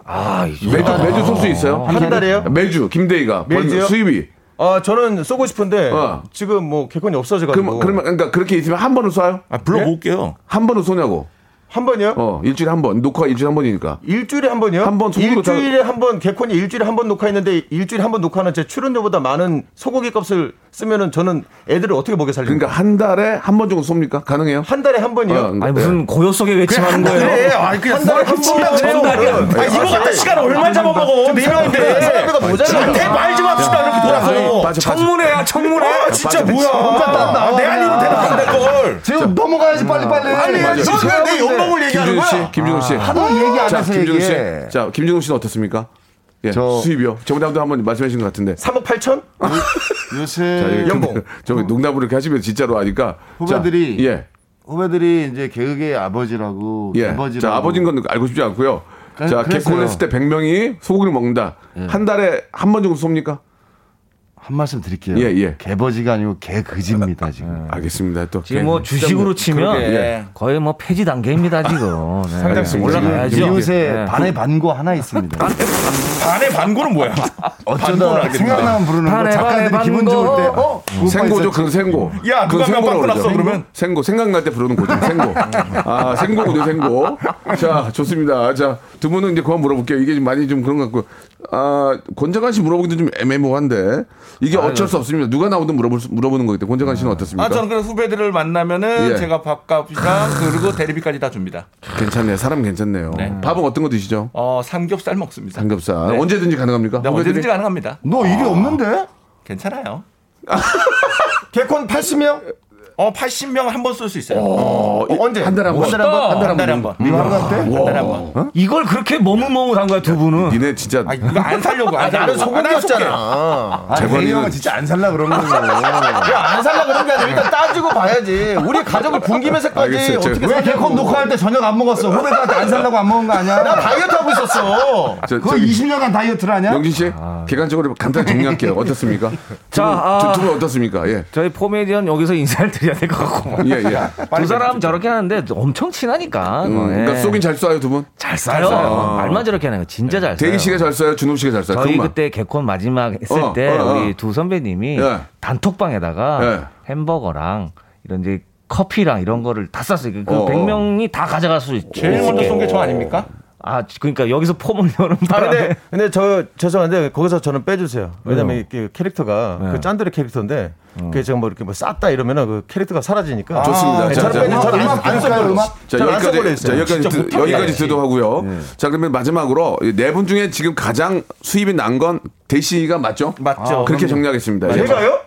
아, 매주 매주 쏠 수 있어요? 한 달에요? 매주 김대희가 벌- 매주요? 수입이 아, 저는 쏘고 싶은데 어. 지금 뭐 개콘이 없어져가지고 그럼 그러면 그러니까 그렇게 있으면 한 번은 쏴요? 아, 불러볼게요. 한 번은 쏘냐고. 한 번이요? 어, 일주일에 한 번. 녹화 일주일에 한 번이니까. 일주일에 한 번이요? 한번 소고기로 다- 일주일에 한 번 개콘이 일주일에 한 번 녹화했는데 일주일에 한 번 녹화는 제 출연료보다 많은 소고기 값을 쓰면은 저는 애들을 어떻게 먹여 살리까 그러니까 한 달에 한 번 정도 쏩니까? 가능해요? 한 달에 한 번이요? 어, 네. 아니 무슨 고요 속에 외침하는 거예요? 네. 아니 그냥 한 달에 한 번이요. 아, 이거 갖다 시간 얼마 잡아먹어? 네 명인데. 사람비가 아, 모자라. 말좀 합시다. 이렇게 돌아서. 아, 빠져, 빠져. 청문회야 아, 아, 청문회. 진짜 뭐야. 어, 내 아니면 대답한다, 그걸. 지금 넘어가야지 빨리 빨리. 빨리 맞아. 해야지. 맞아. 너는 내 연봉을 얘기하는 김준호 거야? 아, 씨, 김준호 씨. 하도 얘기 안 자, 해서 김준호 씨. 얘기해. 자, 김준호 씨는 어떻습니까? 예, 저- 수입이요. 정답도 한번 말씀해 주신 것 같은데. 3억 8천? 자, 요새 예, 연봉. 저기 농담으로 이렇게 하시면 진짜로 하니까. 후배들이- 자, 예. 후배들이 이제 개그의 아버지라고 예. 아버지라고 자, 아버지인 건 알고 싶지 않고요. 뭐 그래- 자, 그랬어요. 개콘 했을 때 100명이 소고기를 먹는다. 한 달에 한 번 정도 쏩니까? 한 말씀 드릴게요. 예, 어. 예. 개버지가 아니고 개그지입니다 예. 지금. 알겠습니다. 또. 지금 뭐 주식으로 치면 예. 거의 뭐 폐지 단계입니다 지금. 네. 상당히 올라가야죠. 지금 이웃에 네. 예. 반의 반고 하나 있습니다. 반의 반고는 뭐야? 아, 아, 반고는 어쩌다 알겠는데. 생각나면 부르는 거 반의 작가들이 반의 기분 반고. 좋을 때 어? 그거 생고죠, 있었지. 그 생고. 야, 그건 누가 생고라고 몇 바퀴 났어, 그러죠. 그러면? 생고, 생각날 때 부르는 고죠, 생고. 아, 생고군요, 생고. 자, 좋습니다. 자, 두 분은 이제 그만 물어볼게요. 이게 좀 많이 좀 그런 것 같고. 아, 권자관 씨 물어보기도 좀 애매모호한데. 이게 어쩔 수 없습니다. 누가 나오든 물어볼 수- 물어보는 거기 때문에 권재관 씨는 어떻습니까? 아, 저는 그래서 후배들을 만나면은 그러니까. 예. 제가 밥값이랑 그리고 대리비까지 다 줍니다. 괜찮네요. 사람 괜찮네요. 밥은 어떤 거 드시죠? 어, 삼겹살 먹습니다. 삼겹살 네. 언제든지 가능합니까? 네, 후배들이? 언제든지 가능합니다. 너 일이 없는데? 괜찮아요. 개콘 80명? 어, 80명 한 번 쓸 수 있어요. 어, 이- 언제? 한 달에 한 번? 어, 네? 한 달에 한 번? 한 달에 한 달에 한 번. 미국 한강 어. 때? 한 달에 한 번. 이걸 그렇게 머뭇머뭇한 거야 두 분은. 니네 진짜 아, 이거 안 살려고. 안 나는 살려고. 아, 소고기였잖아. 대리 재관이는 형은 진짜 안 살라 그런 거고. 야안 살라 그런 게 아니라 일단 따지고 봐야지. 우리 가족을 굶기면서까지 알겠어요. 아, 제가- 어떻게 왜 개콘 녹화할 때 저녁 안 먹었어? 후배들한테 안 살라고 안 먹은 거 나 아니야? 다이어트 하고 있었어. 저- 그거 저기- 20년간 다이어트를 하냐? 영진 씨 개관적으로 간단히 정리할게요. 어떻습니까? 자, 아. 두분 어떻습니까? 예. 저희 포메디언 여기서 인사를 드려야 될 것 같고. 예, 예. 두 사람 저렇게 하는데 엄청 친하니까. 예. 음, 그러니까 쏘긴 잘 쏴요, 두 분. 잘 싸요. 말만 저렇게 하는 거 진짜 잘 싸요. 대기 씨가 잘 쏴요, 준욱 씨가 잘 쏴요. 네. 저희 그것만. 그때 개콘 마지막 했을 어, 때 어, 어. 우리 두 선배님이 예. 단톡방에다가 예. 햄버거랑 이런 이제 커피랑 이런 거를 다 쌌어요. 그 어, 어. 100명이 다 가져갈 수 있죠. 제일 먼저 쏜 게 저 아닙니까? 아, 그러니까 여기서 폼을 여는 아, 바람에 근데, 근데 저 죄송한데 거기서 저는 빼주세요. 왜냐면 이게 캐릭터가 네. 그 짠돌이 캐릭터인데 어. 그게 제가 뭐 이렇게 뭐 쌌다 이러면은 그 캐릭터가 아, 사라지니까. 좋습니다. 네, 자, 저는 자, 빼주세요. 저는 음악 안안 할까요, 써요. 음악? 자, 저는 안 써버려 여기까지, 자, 있어요. 여기까지, 드, 여기까지 드도하고요. 자, 그러면 마지막으로 네 분 중에 지금 가장 수입이 난 건 대시가 맞죠? 맞죠. 그렇게 정리하겠습니다. 예. 제가요?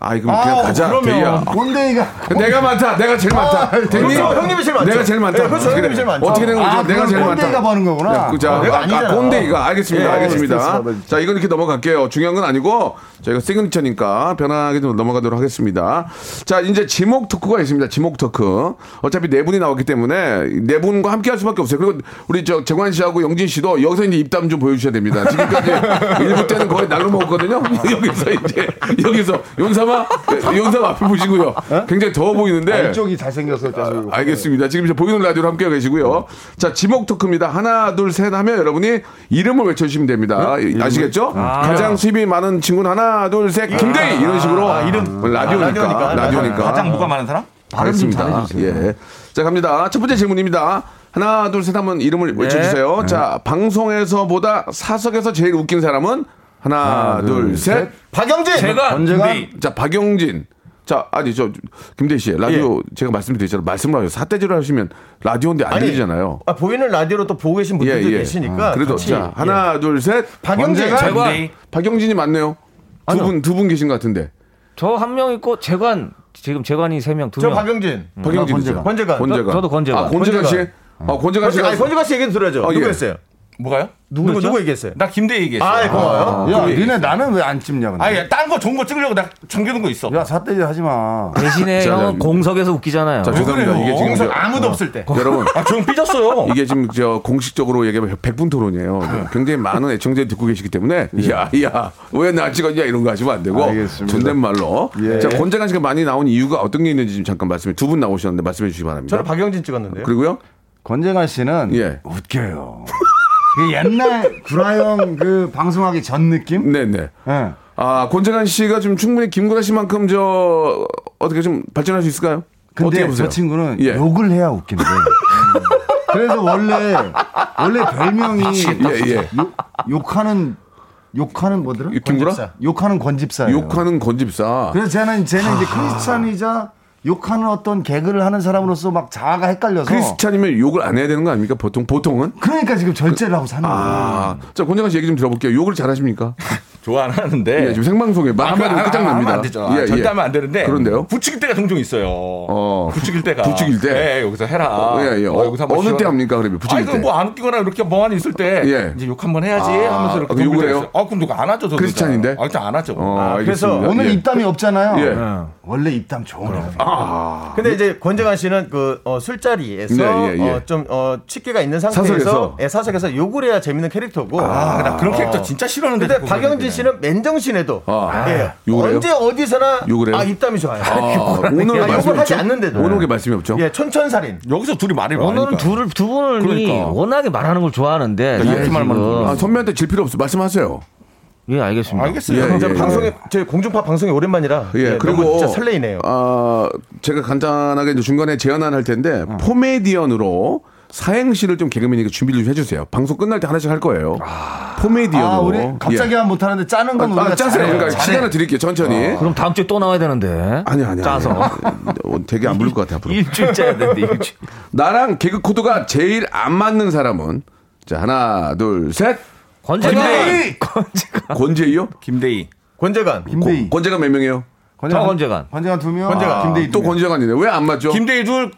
아, 그럼 그냥 가자. 대기야. 꼰대이가 내가 많다. 내가 제일 많다. 대리. 어? 그렇죠. 형님이 제일 많죠. 내가 제일 많다. 네, 그렇죠. 어떻게 형님이 돼? 제일 많죠. 어떻게 된 거죠? 아, 내가 그건 제일 많다. 꼰대이가 버는 거구나. 야, 그, 자, 아, 내가 아, 아니잖아. 아, 꼰대이가 알겠습니다. 예, 알겠습니다. 네. 스트레스 받아, 진짜. 자, 이건 이렇게 넘어갈게요. 중요한 건 아니고 저희가 시그니처니까 편하게 좀 넘어가도록 하겠습니다. 자, 이제 지목 토크가 있습니다. 지목 토크. 어차피 네 분이 나왔기 때문에 네 분과 함께 할 수밖에 없어요. 그리고 우리 저 재관 씨하고 영진 씨도 여기서 이제 입담 좀 보여주셔야 됩니다. 지금까지 일부 때는 거의 날로 먹었거든요. 여기서 이제 여기서 용삼아 네, 용삼 앞에 보시고요. 굉장히 더워 어? 아, 보이는데 이쪽이 잘생겨서 계속 네. 아, 알겠습니다. 지금 이제 보이는 라디오로 함께 계시고요. 자, 지목 토크입니다. 하나, 둘, 셋 하면 여러분이 네? 이름을 외쳐주시면 됩니다. 예, 아시겠죠? 네. 가장 수입이 많은 친구는 하나, 둘, 셋, 김대희! 아, 이런 식으로. 라디오니까. 라디오니까. 아, 가장 뭐가 많은 사람? 알겠습니다. 예. 자, 갑니다. 첫 번째 질문입니다. 하나, 둘, 셋 하면 이름을 외쳐주세요. 자, 방송에서보다 사석에서 제일 웃긴 사람은 하나, 둘, 셋. 박영진. 제가 언제가 자, 박영진. 자, 아니, 저, 김대희 씨, 라디오, 제가 말씀드렸잖아요. 말씀을 하세요. 사태질을 하시면 라디오인데 안 예. 아니, 들리잖아요. 예, 아, 아, 보이는 라디오로 또 보고 계신 분들도 예, 아, 계시니까. 그래도 같이, 자 예. 하나 둘 셋. 박영재가 제가 박영진이 맞네요. 두 분 두 분 계신 것 같은데. 음. 저 한 명 있고 재관 지금 재관이 세 명, 두 저 명. 박영진. 박영진 씨죠. 권재관. 권재관. 저도 권재관. 아 권재관 씨. 아 권재관 권재, 씨가. 아니 권재관 씨 얘기 들어야죠. 아, 예. 누구였어요? 뭐가요? 누구 누구 얘기했어요? 나 김대희 얘기했어. 아, 예, 고마워요. 야 니네 나는 왜 안 찝냐 근데 아니, 예, 딴거 좋은 거 찍으려고 나 정겨놓은 거 있어. 야 사태지 하지 마 대신에 자, 형은 자, 공석에서 웃기잖아요. 자 죄송합니다. 뭐, 이게 지금 공석 저, 어. 아무도 없을 때. 여러분 아, 저 삐졌어요. 이게 지금 저 공식적으로 얘기하면 100분 아. 토론이에요. 굉장히 많은 애청자들이 듣고 계시기 때문에 야야 왜 나 찍었냐 이런 거 하시면 안 되고 예. 알겠습니다. 존댓말로. 예. 자 권재관 씨가 많이 나온 이유가 어떤 게 있는지 좀 잠깐 말씀해 두 분 나오셨는데 말씀해 주시기 바랍니다. 저는 박영진 찍었는데요. 그리고요. 권재관 씨는 예. 웃겨요 그 옛날 구라형 그 방송하기 전 느낌 네네. 예. 아 권재관 씨가 지금 충분히 김구라 씨만큼 저 어떻게 좀 발전할 수 있을까요? 어떻게 근데 보세요? 저 친구는 예. 욕을 해야 웃긴데 그래서 원래 원래 별명이 예, 예. 욕, 욕하는 욕하는 뭐더라 이 김구라? 권집사. 욕하는 권집사예요 욕하는 아. 건집사. 그래서 쟤는 쟤는 이제 크리스찬이자 욕하는 어떤 개그를 하는 사람으로서 막 자아가 헷갈려서 크리스찬이면 욕을 안 해야 되는 거 아닙니까? 보통 보통은. 그러니까 지금 절제를 하고 사는 거예요. 아, 자 권재관 씨 얘기 좀 들어볼게요. 욕을 잘하십니까? 좋아 안 하는데. 예, 지금 생방송에 말 그, 한마디로 아, 끝장납니다. 하면 안 되죠. 아, 예, 절대 예. 하면 안 되는데. 그런데요? 부추길 때가 종종 있어요. 어. 부추길 때가. 부추길 때? 예, 여기서 해라. 예, 아, 예. 어, 여기서 한번 어느 시원하게. 때 합니까, 그러면? 부추길 아니, 때? 그뭐안 웃기거나 이렇게 멍하니 있을 때. 예. 이제 욕 한번 해야지 아, 하면서 아, 이렇게. 그 욕을 덤비고 해요? 있어요. 아, 그럼 누가 안 하죠, 저 크리스찬인데? 아, 일단 안 하죠. 어, 그래서 알겠습니다. 오늘 예. 입담이 없잖아요. 예. 원래 입담 좋은 아, 거. 근데 이제 권재관 씨는 그 어, 술자리에서 네, 예, 예. 어, 좀 어, 치기가 있는 상태에서 사석에서? 예, 사석에서 욕을 해야 재밌는 캐릭터고. 아, 나 그런 캐릭터 어. 진짜 싫어하는데. 근데 자꾸 그러네. 박영진 씨는 맨정신에도 아, 예, 욕을 해요? 언제 어디서나 욕을 해요? 아 입담이 좋아요. 아, 오늘 아, 말씀이 욕을 하지 없죠? 않는데도. 오늘 게 말씀이 없죠? 예, 천천살인. 여기서 둘이 말을 많이 오늘은 둘을 두 분이 그러니까. 워낙에 말하는 걸 좋아하는데 예, 지금- 아, 선배한테 질 필요 없어. 말씀하세요. 예 알겠습니다. 알겠어요. 예, 저 예, 방송에 저희 공중파 방송이 오랜만이라 예, 그리고 너무 진짜 설레이네요. 아, 제가 간단하게 이제 중간에 제안을 할 텐데 포메디언으로 사행시를 좀 개그맨에게 준비를 좀 해주세요. 방송 끝날 때 하나씩 할 거예요. 코미디언으로. 예. 아, 우리 갑자기 한 못하는데 짜는 건 아, 우리가 아, 짜세요. 잘해요. 그러니까 잘해. 시간을 드릴게요. 천천히. 그럼 다음 주에 또 나와야 되는데. 아니 아니 짜서. 아니. 되게 안 부를 것 같아 앞으로. 일주일 짜야 되는데, 일주일. 나랑 개그 코드가 제일 안 맞는 사람은 자 하나 둘 셋. 권재관. 아, 권재관. 권재희요? 김대희. 권재관. 김대희. 권재관 몇 명이에요? 아, 더 권재관. 권재관 두 명. 아, 권재관. 김대희 또 권재관이네. 왜 안 맞죠? 김대희 둘,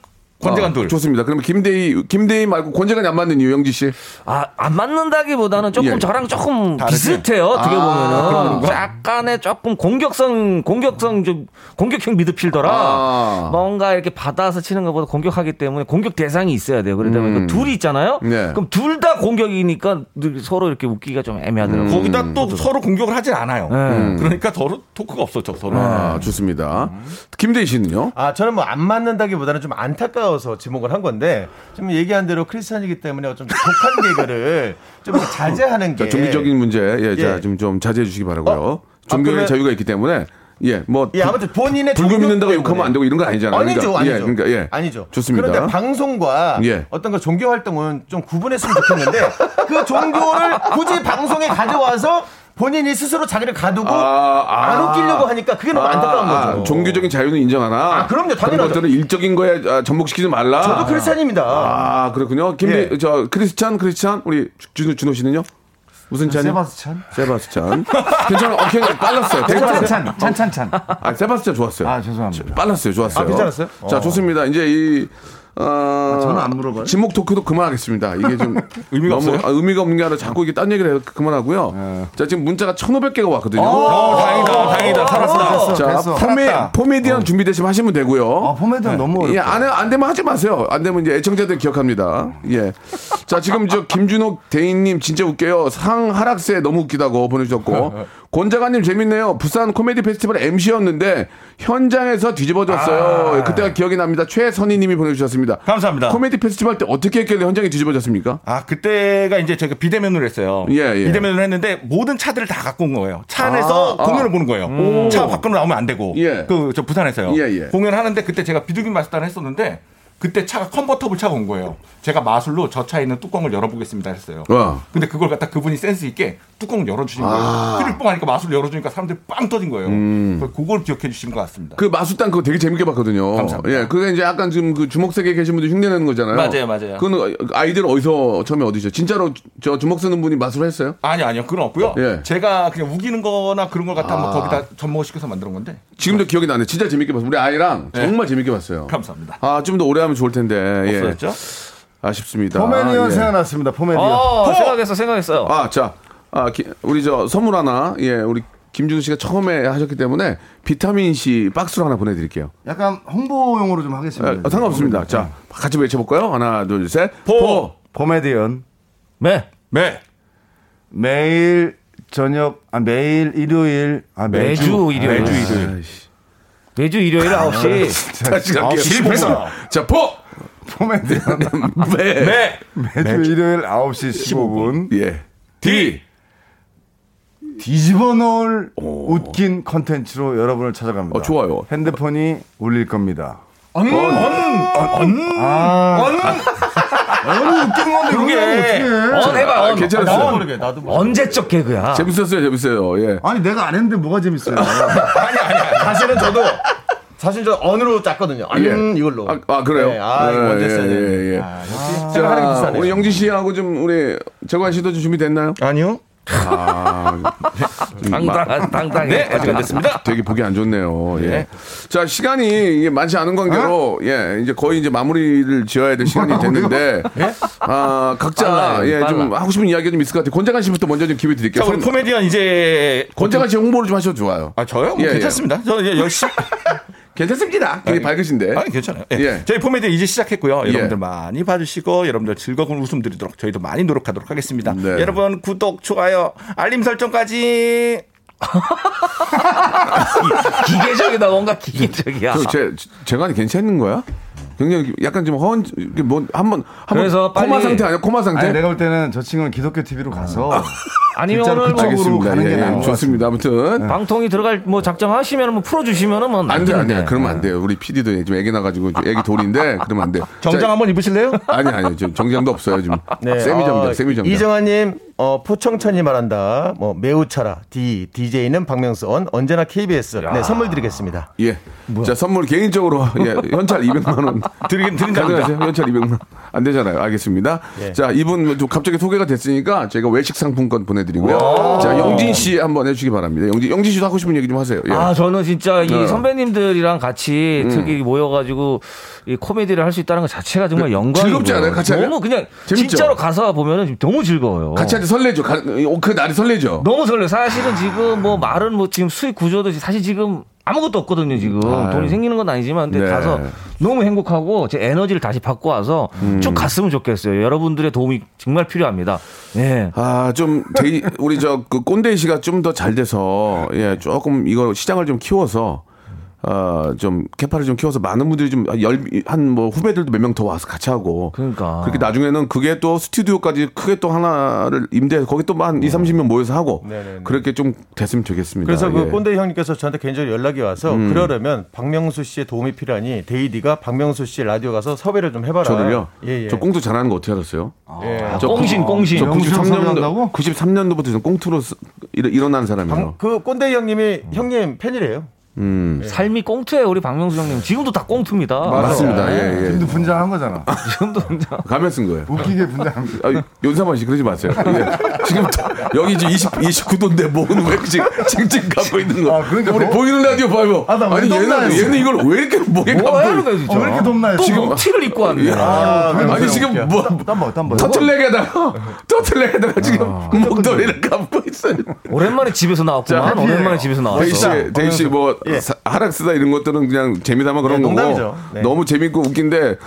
권재관 아, 둘. 좋습니다. 그럼 김대희 김대희 말고 권재관이 안 맞는 이유 영지 씨. 아, 안 맞는다기보다는 조금 예. 저랑 조금 다르지? 비슷해요. 어떻게 아, 그런 보면은. 건가? 약간의 조금 공격성, 공격성 좀, 공격형 미드필더라. 아. 뭔가 이렇게 받아서 치는 것보다 공격하기 때문에 공격 대상이 있어야 돼요. 그러다 보니까 음. 둘이 있잖아요. 네. 그럼 둘 다 공격이니까 늘 서로 이렇게 웃기가 좀 음. 애매하더라고요. 네. 거기다 또 서로 공격을 하진 않아요. 음. 그러니까 서로 토크가 없었죠, 서로. 아 좋습니다. 김대희 씨는요? 아, 저는 뭐 안 맞는다기보다는 좀 안타까워서 지목을 한 건데 좀 얘기한 대로 크리스찬이기 때문에 좀 독한 개그를 좀 자제하는 자, 게 종교적인 문제 예, 자, 예. 어? 아, 좀, 좀 자제해 주시기 바라고요. 종교의 그러면- 자유가 있기 때문에 예, 뭐 예, 아무튼 본인의 불금 종교 있는다고 때문에. 욕하면 안 되고 이런 건 아니잖아요. 아니죠, 그러니까, 아니죠. 예, 그러니까 예. 아니죠. 좋습니다. 그런데 방송과 예. 어떤 그 종교 활동은 좀 구분했으면 좋겠는데 그 종교를 굳이 방송에 가져와서 본인이 스스로 자기를 가두고 아, 아. 안 웃기려고 하니까 그게 너무 안타까운 아, 거죠. 종교적인 자유는 인정하나? 아, 그럼요, 당연하죠. 그런 것들은 일적인 거에 아, 전복시키지 말라. 저도 예. 크리스찬입니다. 아, 그렇군요. 김대 저 크리스찬 크리스찬 우리 준호 준호 씨는요? 무슨 찬이요? 아, 세바스찬? 세바스찬. 괜찮아. 어, 괜찮아. 빨랐어요. 찬찬찬. 찬찬찬. 아, 세바스찬 좋았어요. 아, 죄송합니다. 빨랐어요. 좋았어요. 아, 괜찮았어요? 자, 어. 좋습니다. 이제 이 어, 저는 안 물어봐요. 지목 토크도 그만하겠습니다. 이게 좀 의미가 너무- 없어요? 아, 의미가 없는 게 아니라 자꾸 이게 딴 얘기를 해서 그만하고요. 자, 지금 문자가 1,500개가 왔거든요. 어, 다행이다, 다행이다. 아, 살았다. 자, 됐어. 포메, 살았다. 포메디언 준비되시면 하시면 되고요. 아, 포메디언 너무 어렵다. 예, 안, 해- 안 되면 하지 마세요. 안 되면 이제 애청자들 기억합니다. 예. 자, 지금 저 김준호 대인님 진짜 웃겨요. 상 하락세 너무 웃기다고 보내주셨고. 권자가님 재밌네요. 부산 코미디 페스티벌 MC였는데 현장에서 뒤집어졌어요. 그때가 기억이 납니다. 최선희님이 보내주셨습니다. 감사합니다. 코미디 페스티벌 때 어떻게 했길래 현장이 뒤집어졌습니까? 아, 그때가 이제 저희가 비대면으로 했어요. 예, 예. 비대면으로 했는데 모든 차들을 다 갖고 온 거예요. 차 안에서 아, 아. 공연을 보는 거예요. 차 밖으로 나오면 안 되고. 예. 그, 저 부산에서요. 예, 예. 공연하는데 그때 제가 비둘기 마스터를 했었는데 그때 차가 컨버터블 차가 온 거예요. 제가 마술로 저 차에 있는 뚜껑을 열어보겠습니다 했어요. 와. 근데 그걸 갖다 그분이 센스 있게 뚜껑을 열어주신 아. 거예요. 피를 뻥 하니까 마술 열어주니까 사람들이 빵 터진 거예요. 그래서 그걸 기억해 주신 것 같습니다. 음. 그 마술단 그거 되게 재밌게 봤거든요. 감사합니다. 예, 그게 이제 약간 지금 그 주먹세계 계신 분들 흉내내는 거잖아요. 맞아요, 맞아요. 그건 아이디어를 어디서 처음에 얻으셨죠? 진짜로 저 주먹 쓰는 분이 마술을 했어요? 아니 아니요 그건 없고요. 예. 아. 제가 그냥 우기는 거나 그런 걸 갖다 한번 거기다 접목을 시켜서 만든 건데 지금도 기억이 나네. 진짜 재밌게 봤어요. 우리 아이랑 네. 정말 재밌게 봤어요. 감사합니다. 아, 좀 더 오래 하면 좋을 텐데. 예. 없어졌죠? 아쉽습니다. 포메디언 예. 생각났습니다. 포메디언. 어, 생각했어, 생각했어요. 아, 자. 아, 기- 우리 저 선물 하나. 예, 우리 김준우 씨가 처음에 하셨기 때문에 비타민 C 박스로 하나 보내 드릴게요. 아, 약간 홍보용으로 좀 하겠습니다. 상관없습니다. 자, 같이 외쳐 볼까요? 하나, 둘, 셋. 포. 음. 포. 포메디언. 네. 네. 매일 저녁 아 매일 일요일 아 매주 일요일. 네, 네. 매주 일요일. 아, 매주 일요일 9시. 다시 갈게요. 아, 자, 포. 포메디언 매. 네. 매주 일요일 9시 15분 예. D. 뒤집어 놓을 웃긴 컨텐츠로 여러분을 찾아갑니다. 어, 좋아요. 어. 핸드폰이 울릴 겁니다. 아. 그게 어. 언 어, 네, 해봐, 아, 언. 괜찮았어요. 모르게 나도 모르게. 언제적 개그야. 재밌었어요, 재밌어요. 예. 아니 내가 안 했는데 뭐가 재밌어요? 아니 아니. 사실은 저도 사실 저 언으로 짰거든요. 안 예. 이걸로. 아, 아, 그래요? 네, 아 이거 예, 언제 써야 예, 되는데. 예, 예. 아, 역시 생각하는 게 자, 비슷하네요. 우리 영지 씨하고 좀 우리 재관 씨도 좀 준비됐나요? 아니요. 당당, 당당해. 네, 아직 안 됐습니다. 되게 보기 안 좋네요. 예. 자, 시간이 이게 많지 않은 어? 관계로 예, 이제 거의 이제 마무리를 지어야 될 시간이 됐는데 예? 아, 각자 빨라요, 예, 좀 빨라. 하고 싶은 이야기가 좀 있을 것 같아요. 권재관 씨부터 먼저 좀 기회 드릴게요. 자, 우리 선- 코미디언 이제 권재관 씨 홍보를 좀 하셔도 좋아요. 아 저요? 뭐 예, 예. 괜찮습니다. 저 이제 열심히 괜찮습니다. 되게 아니, 밝으신데. 아니 괜찮아요. 예. 예. 저희 포메디 이제 시작했고요. 예. 여러분들 많이 봐주시고 여러분들 즐거운 웃음 드리도록 저희도 많이 노력하도록 하겠습니다. 네. 여러분 구독, 좋아요, 알림 설정까지. 기계적이다, 뭔가 기계적이야. 그, 저, 제, 재관이 괜찮은 거야? 굉장히 약간 좀 허언, 이게 뭐, 한 번, 한 번. 그래서 빨리- 코마 상태 아니야? 코마 상태? 아니 내가 볼 때는 저 친구는 기독교 TV로 가서 아니면 오늘 뭐 알겠습니다. 예, 예, 좋습니다. 아무튼 방통이 들어갈 뭐 작정하시면 뭐 풀어주시면은 뭐 안돼 안돼 그러면 안 돼요. 우리 PD도 지금 애기 나가지고 지금 애기 돌인데 그러면 안 돼. 정장 한번 입으실래요? 아니 아니 지금 정장도 없어요 지금. 아, 세미 정장 어, 세미 정장. 이정아님, 어, 포청천이 말한다. 뭐 매우 차라. D, DJ는 박명선. 언제나 KBS. 네, 선물 드리겠습니다. 예. 자 선물 개인적으로 예, 현찰 200만 원 드리긴 드린답니다. 가능하세요? 현찰 200만 원. 안 되잖아요. 알겠습니다. 예. 자 이분 뭐 좀 갑자기 소개가 됐으니까 제가 외식 상품권 보내드리고요. 와. 자 영진 씨 한번 해주시기 바랍니다. 영진 영진 씨도 하고 싶은 얘기 좀 하세요. 예. 아, 저는 진짜 이 네. 선배님들이랑 같이 음. 특히 모여가지고 이 코미디를 할 수 있다는 것 자체가 정말 네, 영광이고 즐겁지 않아요? 같이 하면? 너무 그냥 재밌죠? 진짜로 가서 보면은 너무 즐거워요. 같이 할 때 설레죠. 가- 어, 그 날이 설레죠. 너무 설레. 요 사실은 지금 뭐 말은 뭐 지금 수익 구조도 사실 지금 아무것도 없거든요. 지금 아유. 돈이 생기는 건 아니지만 근데 네. 가서 너무 행복하고 제 에너지를 다시 받고 와서 음. 쭉 갔으면 좋겠어요. 여러분들의 도움이 정말 필요합니다. 예. 아, 좀, 데이, 우리 저, 그 꼰대이 씨가 좀 더 잘 돼서, 예, 조금 이거 시장을 좀 키워서, 어, 좀, 캐파를 좀 키워서 많은 분들이 좀, 열, 한 뭐, 후배들도 몇 명 더 와서 같이 하고. 아. 그러니까. 그렇게 나중에는 그게 또 스튜디오까지 크게 또 하나를 임대해서 거기 또 한 2, 30명 모여서 하고. 네네네. 그렇게 좀 됐으면 좋겠습니다. 그래서 예. 그 꼰대 형님께서 저한테 개인적으로 연락이 와서 음. 그러려면 박명수 씨의 도움이 필요하니 데이디가 박명수 씨 라디오 가서 섭외를 좀 해봐라. 저를요. 예, 예. 저 꽁투 잘하는 거 어떻게 알았어요? 예. 저 꽁신, 꽁신. 저 명수 형 93년도, 섭외한다고? 93년도부터 저는 꽁투로 쓰- 일- 일어난 사람이에요. 박- 그 꼰대 형님이 형님 팬이래요. 음. 삶이 꽁투예요, 우리 박명수 형님. 지금도 다 꽁투입니다. 아, 맞습니다. 예, 예. 지금도 분장한 거잖아. 가면 쓴 거예요. 웃기게 분장. 아, 윤사만 씨 그러지 마세요. 예. 지금 다- 여기 지금 20, 29도인데 뭐는 왜 이렇게 찡찡 감고 있는 거야? 그러니까 우리 뭐- 보이는 라디오 봐요. 아, 나왜 니 덥나요, 얘는, 지금? 얘는 이걸 왜 이렇게 목에 뭐 감고 하는 거야, 있- 진짜? 어, 왜 이렇게 덥나요, 지금? 티를 입고 왔네. 아, 아, 아니 웃겨요, 지금 웃겨. 뭐 땀봐, 땀봐. 터틀넥에다가 터틀넥에다가 지금 아. 목도리를 감고 있어요. 오랜만에 집에서 나왔구만. 자, 오랜만에 집에서 아, 데이 씨, 나왔어. 데이 씨뭐 예. 하락 쓰다 이런 것들은 그냥 재미삼아 그런 예, 거고 농담이죠. 네. 너무 재밌고 웃긴데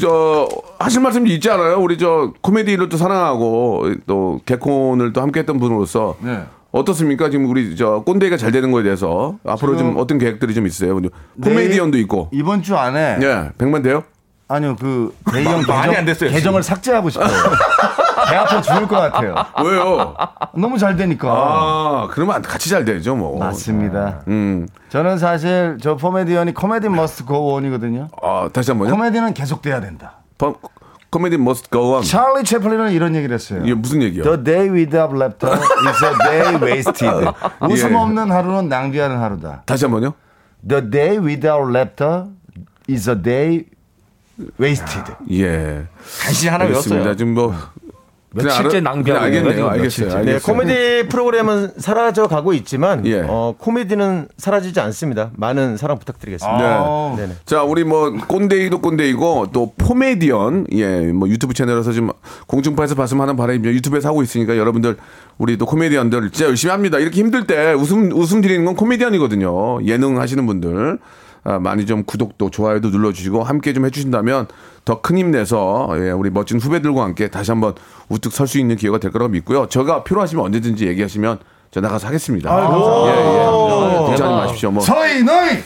저 하실 말씀 있지 않아요? 우리 저 코미디를 또 사랑하고 또 개콘을 또 함께했던 분으로서 네. 어떻습니까? 지금 우리 저 꼰대가 잘 되는 거에 대해서 앞으로 지금 네. 좀 어떤 계획들이 좀 있어요? 코미디언도 내일- 있고 이번 주 안에 예, 100만 돼요? 아니요 그 데이 형 많이 계정, 안 됐어요, 계정을 삭제하고 싶어요. 배 아파 죽을 것 같아요. 왜요? 너무 잘 되니까. 아, 그러면 안- 같이 잘 되죠, 어, 뭐. 맞습니다. 음. 저는 사실 저 포메디언이 코메디 머스트 고 온이거든요. 어, 아, 다시 예? 한번요. 코미디는 계속 돼야 된다. 범- 코미디 머스트 go on. 찰리 채플린은 이런 얘기를 했어요. 이게 무슨 얘기예요? The day without laughter is a day 어, wasted. 웃음 예. 없는 하루는 낭비하는 하루다. 다시 한번요. The day without laughter is a day wasted. 예. 아, 간신히 하나 알겠습니다. 외웠어요. 지금 뭐 그냥 며칠째 알아- 낭비하고 그냥 있는 알겠네요. 거죠, 알겠어요. 며칠째. 알겠어요. 네, 코미디 프로그램은 사라져 가고 있지만 예. 어, 코미디는 사라지지 않습니다. 많은 사랑 아, 부탁드리겠습니다. 아. 네. 네네. 자, 우리 뭐 꼰대이도 꼰대이고 또 포메디언 예, 뭐 유튜브 채널에서 지금 공중파에서 봤으면 하는 바람이 유튜브에서 하고 있으니까 여러분들 우리 또 코미디언들 진짜 열심히 합니다. 이렇게 힘들 때 웃음 웃음 드리는 건 코미디언이거든요. 예능 하시는 분들 아, 많이 좀 구독도 좋아요도 눌러주시고 함께 좀 해주신다면 더 큰 힘내서 예, 우리 멋진 후배들과 함께 다시 한번 우뚝 설 수 있는 기회가 될 거라고 믿고요. 제가 필요하시면 언제든지 얘기하시면 전화 가서 하겠습니다. 예, 예. 걱정하지 마십시오. 뭐 저희 너희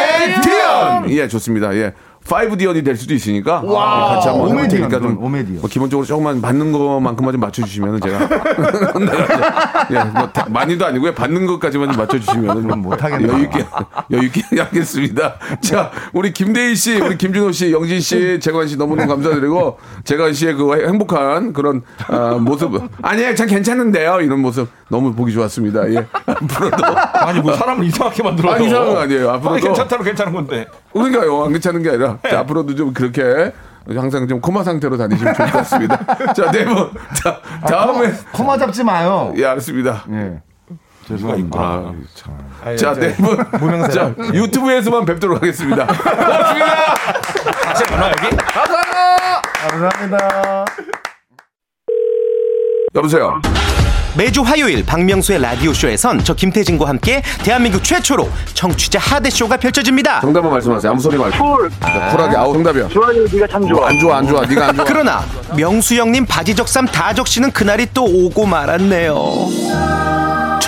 포메디언 예 좋습니다 예 파이브 디언이 될 수도 있으니까 어, 와우. 아, 같이 한번 해볼 오메디언, 테니까 좀 그건 오메디언. 뭐 기본적으로 조금만 받는 것만큼만 좀 맞춰주시면 제가 네, 예뭐 많이도 아니고요 받는 것까지만 좀 맞춰주시면 못하겠네요. 여유 있게 여유 있게 하겠습니다 자 우리 김대희 씨 우리 김준호 씨 영진 씨 재관 씨 너무너무 감사드리고 재관 씨의 그 행복한 그런 아, 모습 아니에요 참 괜찮은데요 이런 모습 너무 보기 좋았습니다 예 앞으로도 아니 뭐 사람을 이상하게 만들어. 아니, 이상한 거 아니에요. 앞으로도- 괜찮다로 괜찮은 건데. 그러니까요. 안 괜찮은 게 아니라 네. 자, 앞으로도 좀 그렇게 항상 좀 코마 상태로 다니시면 좋을 것 같습니다. 자, 네 분. 자, 다음에 아, 코마 잡지 마요. 예, 알겠습니다. 예. 죄송합니다. 아, 참. 예, 자, 네 분. 자, 유튜브에서만 뵙도록 하겠습니다. 다시 하나 여기. 감사합니다. 여보세요. 매주 화요일 박명수의 라디오 쇼에선 저 김태진과 함께 대한민국 최초로 청취자 하대 쇼가 펼쳐집니다. 정답만 말씀하세요. 아무 소리 말고. 자, 쿨하게 아우 정답이요. 좋아요, 네가 참 좋아. 안 좋아, 안 좋아. 네가 안 좋아. 그러나 명수 형님 바지 적삼 다 적시는 그날이 또 오고 말았네요.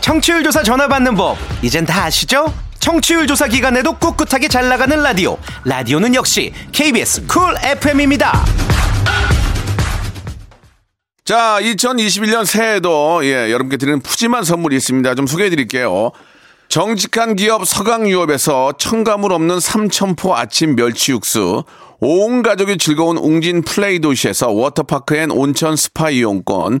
청취율 조사 전화 받는 법 이젠 다 아시죠? 청취율 조사 기간에도 꿋꿋하게 잘 나가는 라디오 라디오는 역시 KBS 쿨 FM입니다 자, 2021년 새해에도 예, 여러분께 드리는 푸짐한 선물이 있습니다. 좀 소개해 드릴게요. 정직한 기업 서강유업에서 첨가물 없는 삼천포 아침 멸치 육수, 온 가족이 즐거운 웅진 플레이 도시에서 워터파크 앤 온천 스파 이용권,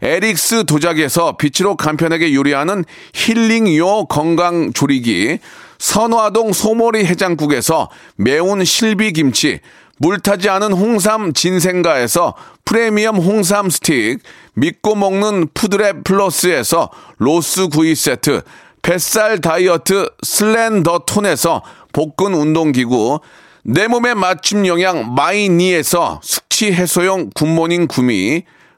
에릭스 도자기에서 빛으로 간편하게 요리하는 힐링요 건강조리기, 선화동 소머리 해장국에서 매운 실비김치, 물타지 않은 홍삼 진생가에서 프리미엄 홍삼 스틱, 믿고 먹는 푸드랩 플러스에서 로스 구이 세트, 뱃살 다이어트 슬렌더 톤에서 복근 운동기구, 내 몸에 맞춤 영양 마이니에서 숙취 해소용 굿모닝 구미,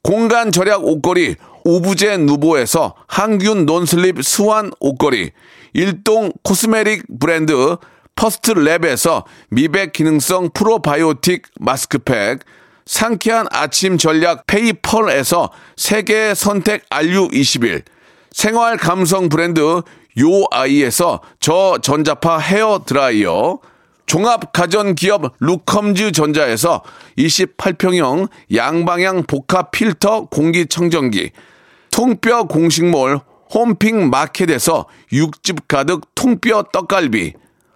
공간 절약 옷걸이 오브제 누보에서 항균 논슬립 스완 옷걸이, 일동 코스메릭 브랜드 퍼스트 랩에서 미백 기능성 프로바이오틱 마스크팩, 상쾌한 아침 전략 페이펄에서 세계 선택 알류 21, 생활 감성 브랜드 요아이에서 저전자파 헤어 드라이어, 종합 가전 기업 루컴즈 전자에서 28평형 양방향 복합 필터 공기 청정기, 통뼈 공식몰 홈핑 마켓에서 육즙 가득 통뼈 떡갈비,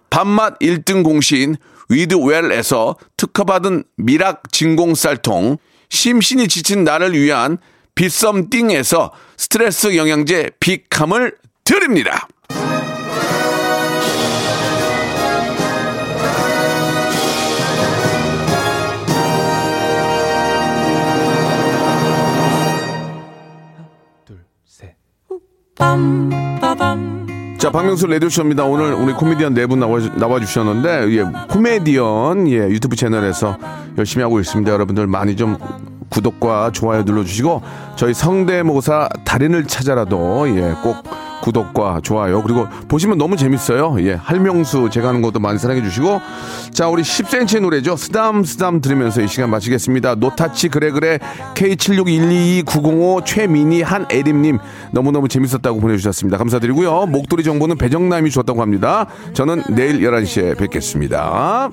밥맛 1등 공시인 위드웰에서 특허받은 미락 진공 쌀통, 심신이 지친 나를 위한 빗썸띵에서 스트레스 영양제 비캄을 드립니다. 자, 박명수 레디오쇼입니다. 오늘 우리 코미디언 네 분 나와, 주셨는데 예, 코미디언, 예, 유튜브 채널에서 열심히 하고 있습니다. 여러분들 많이 좀 구독과 좋아요 눌러주시고, 저희 성대모사 달인을 찾아라도, 예, 꼭 구독과 좋아요. 그리고 보시면 너무 재밌어요. 예, 할명수 제가 하는 것도 많이 사랑해주시고, 자, 우리 10cm의 노래죠. 쓰담쓰담 들으면서 이 시간 마치겠습니다. 노타치 그래그래 K76122905 최민희 한애림님 너무너무 재밌었다고 보내주셨습니다. 감사드리고요. 목도리 정보는 배정남이 주었다고 합니다. 저는 내일 11시에 뵙겠습니다.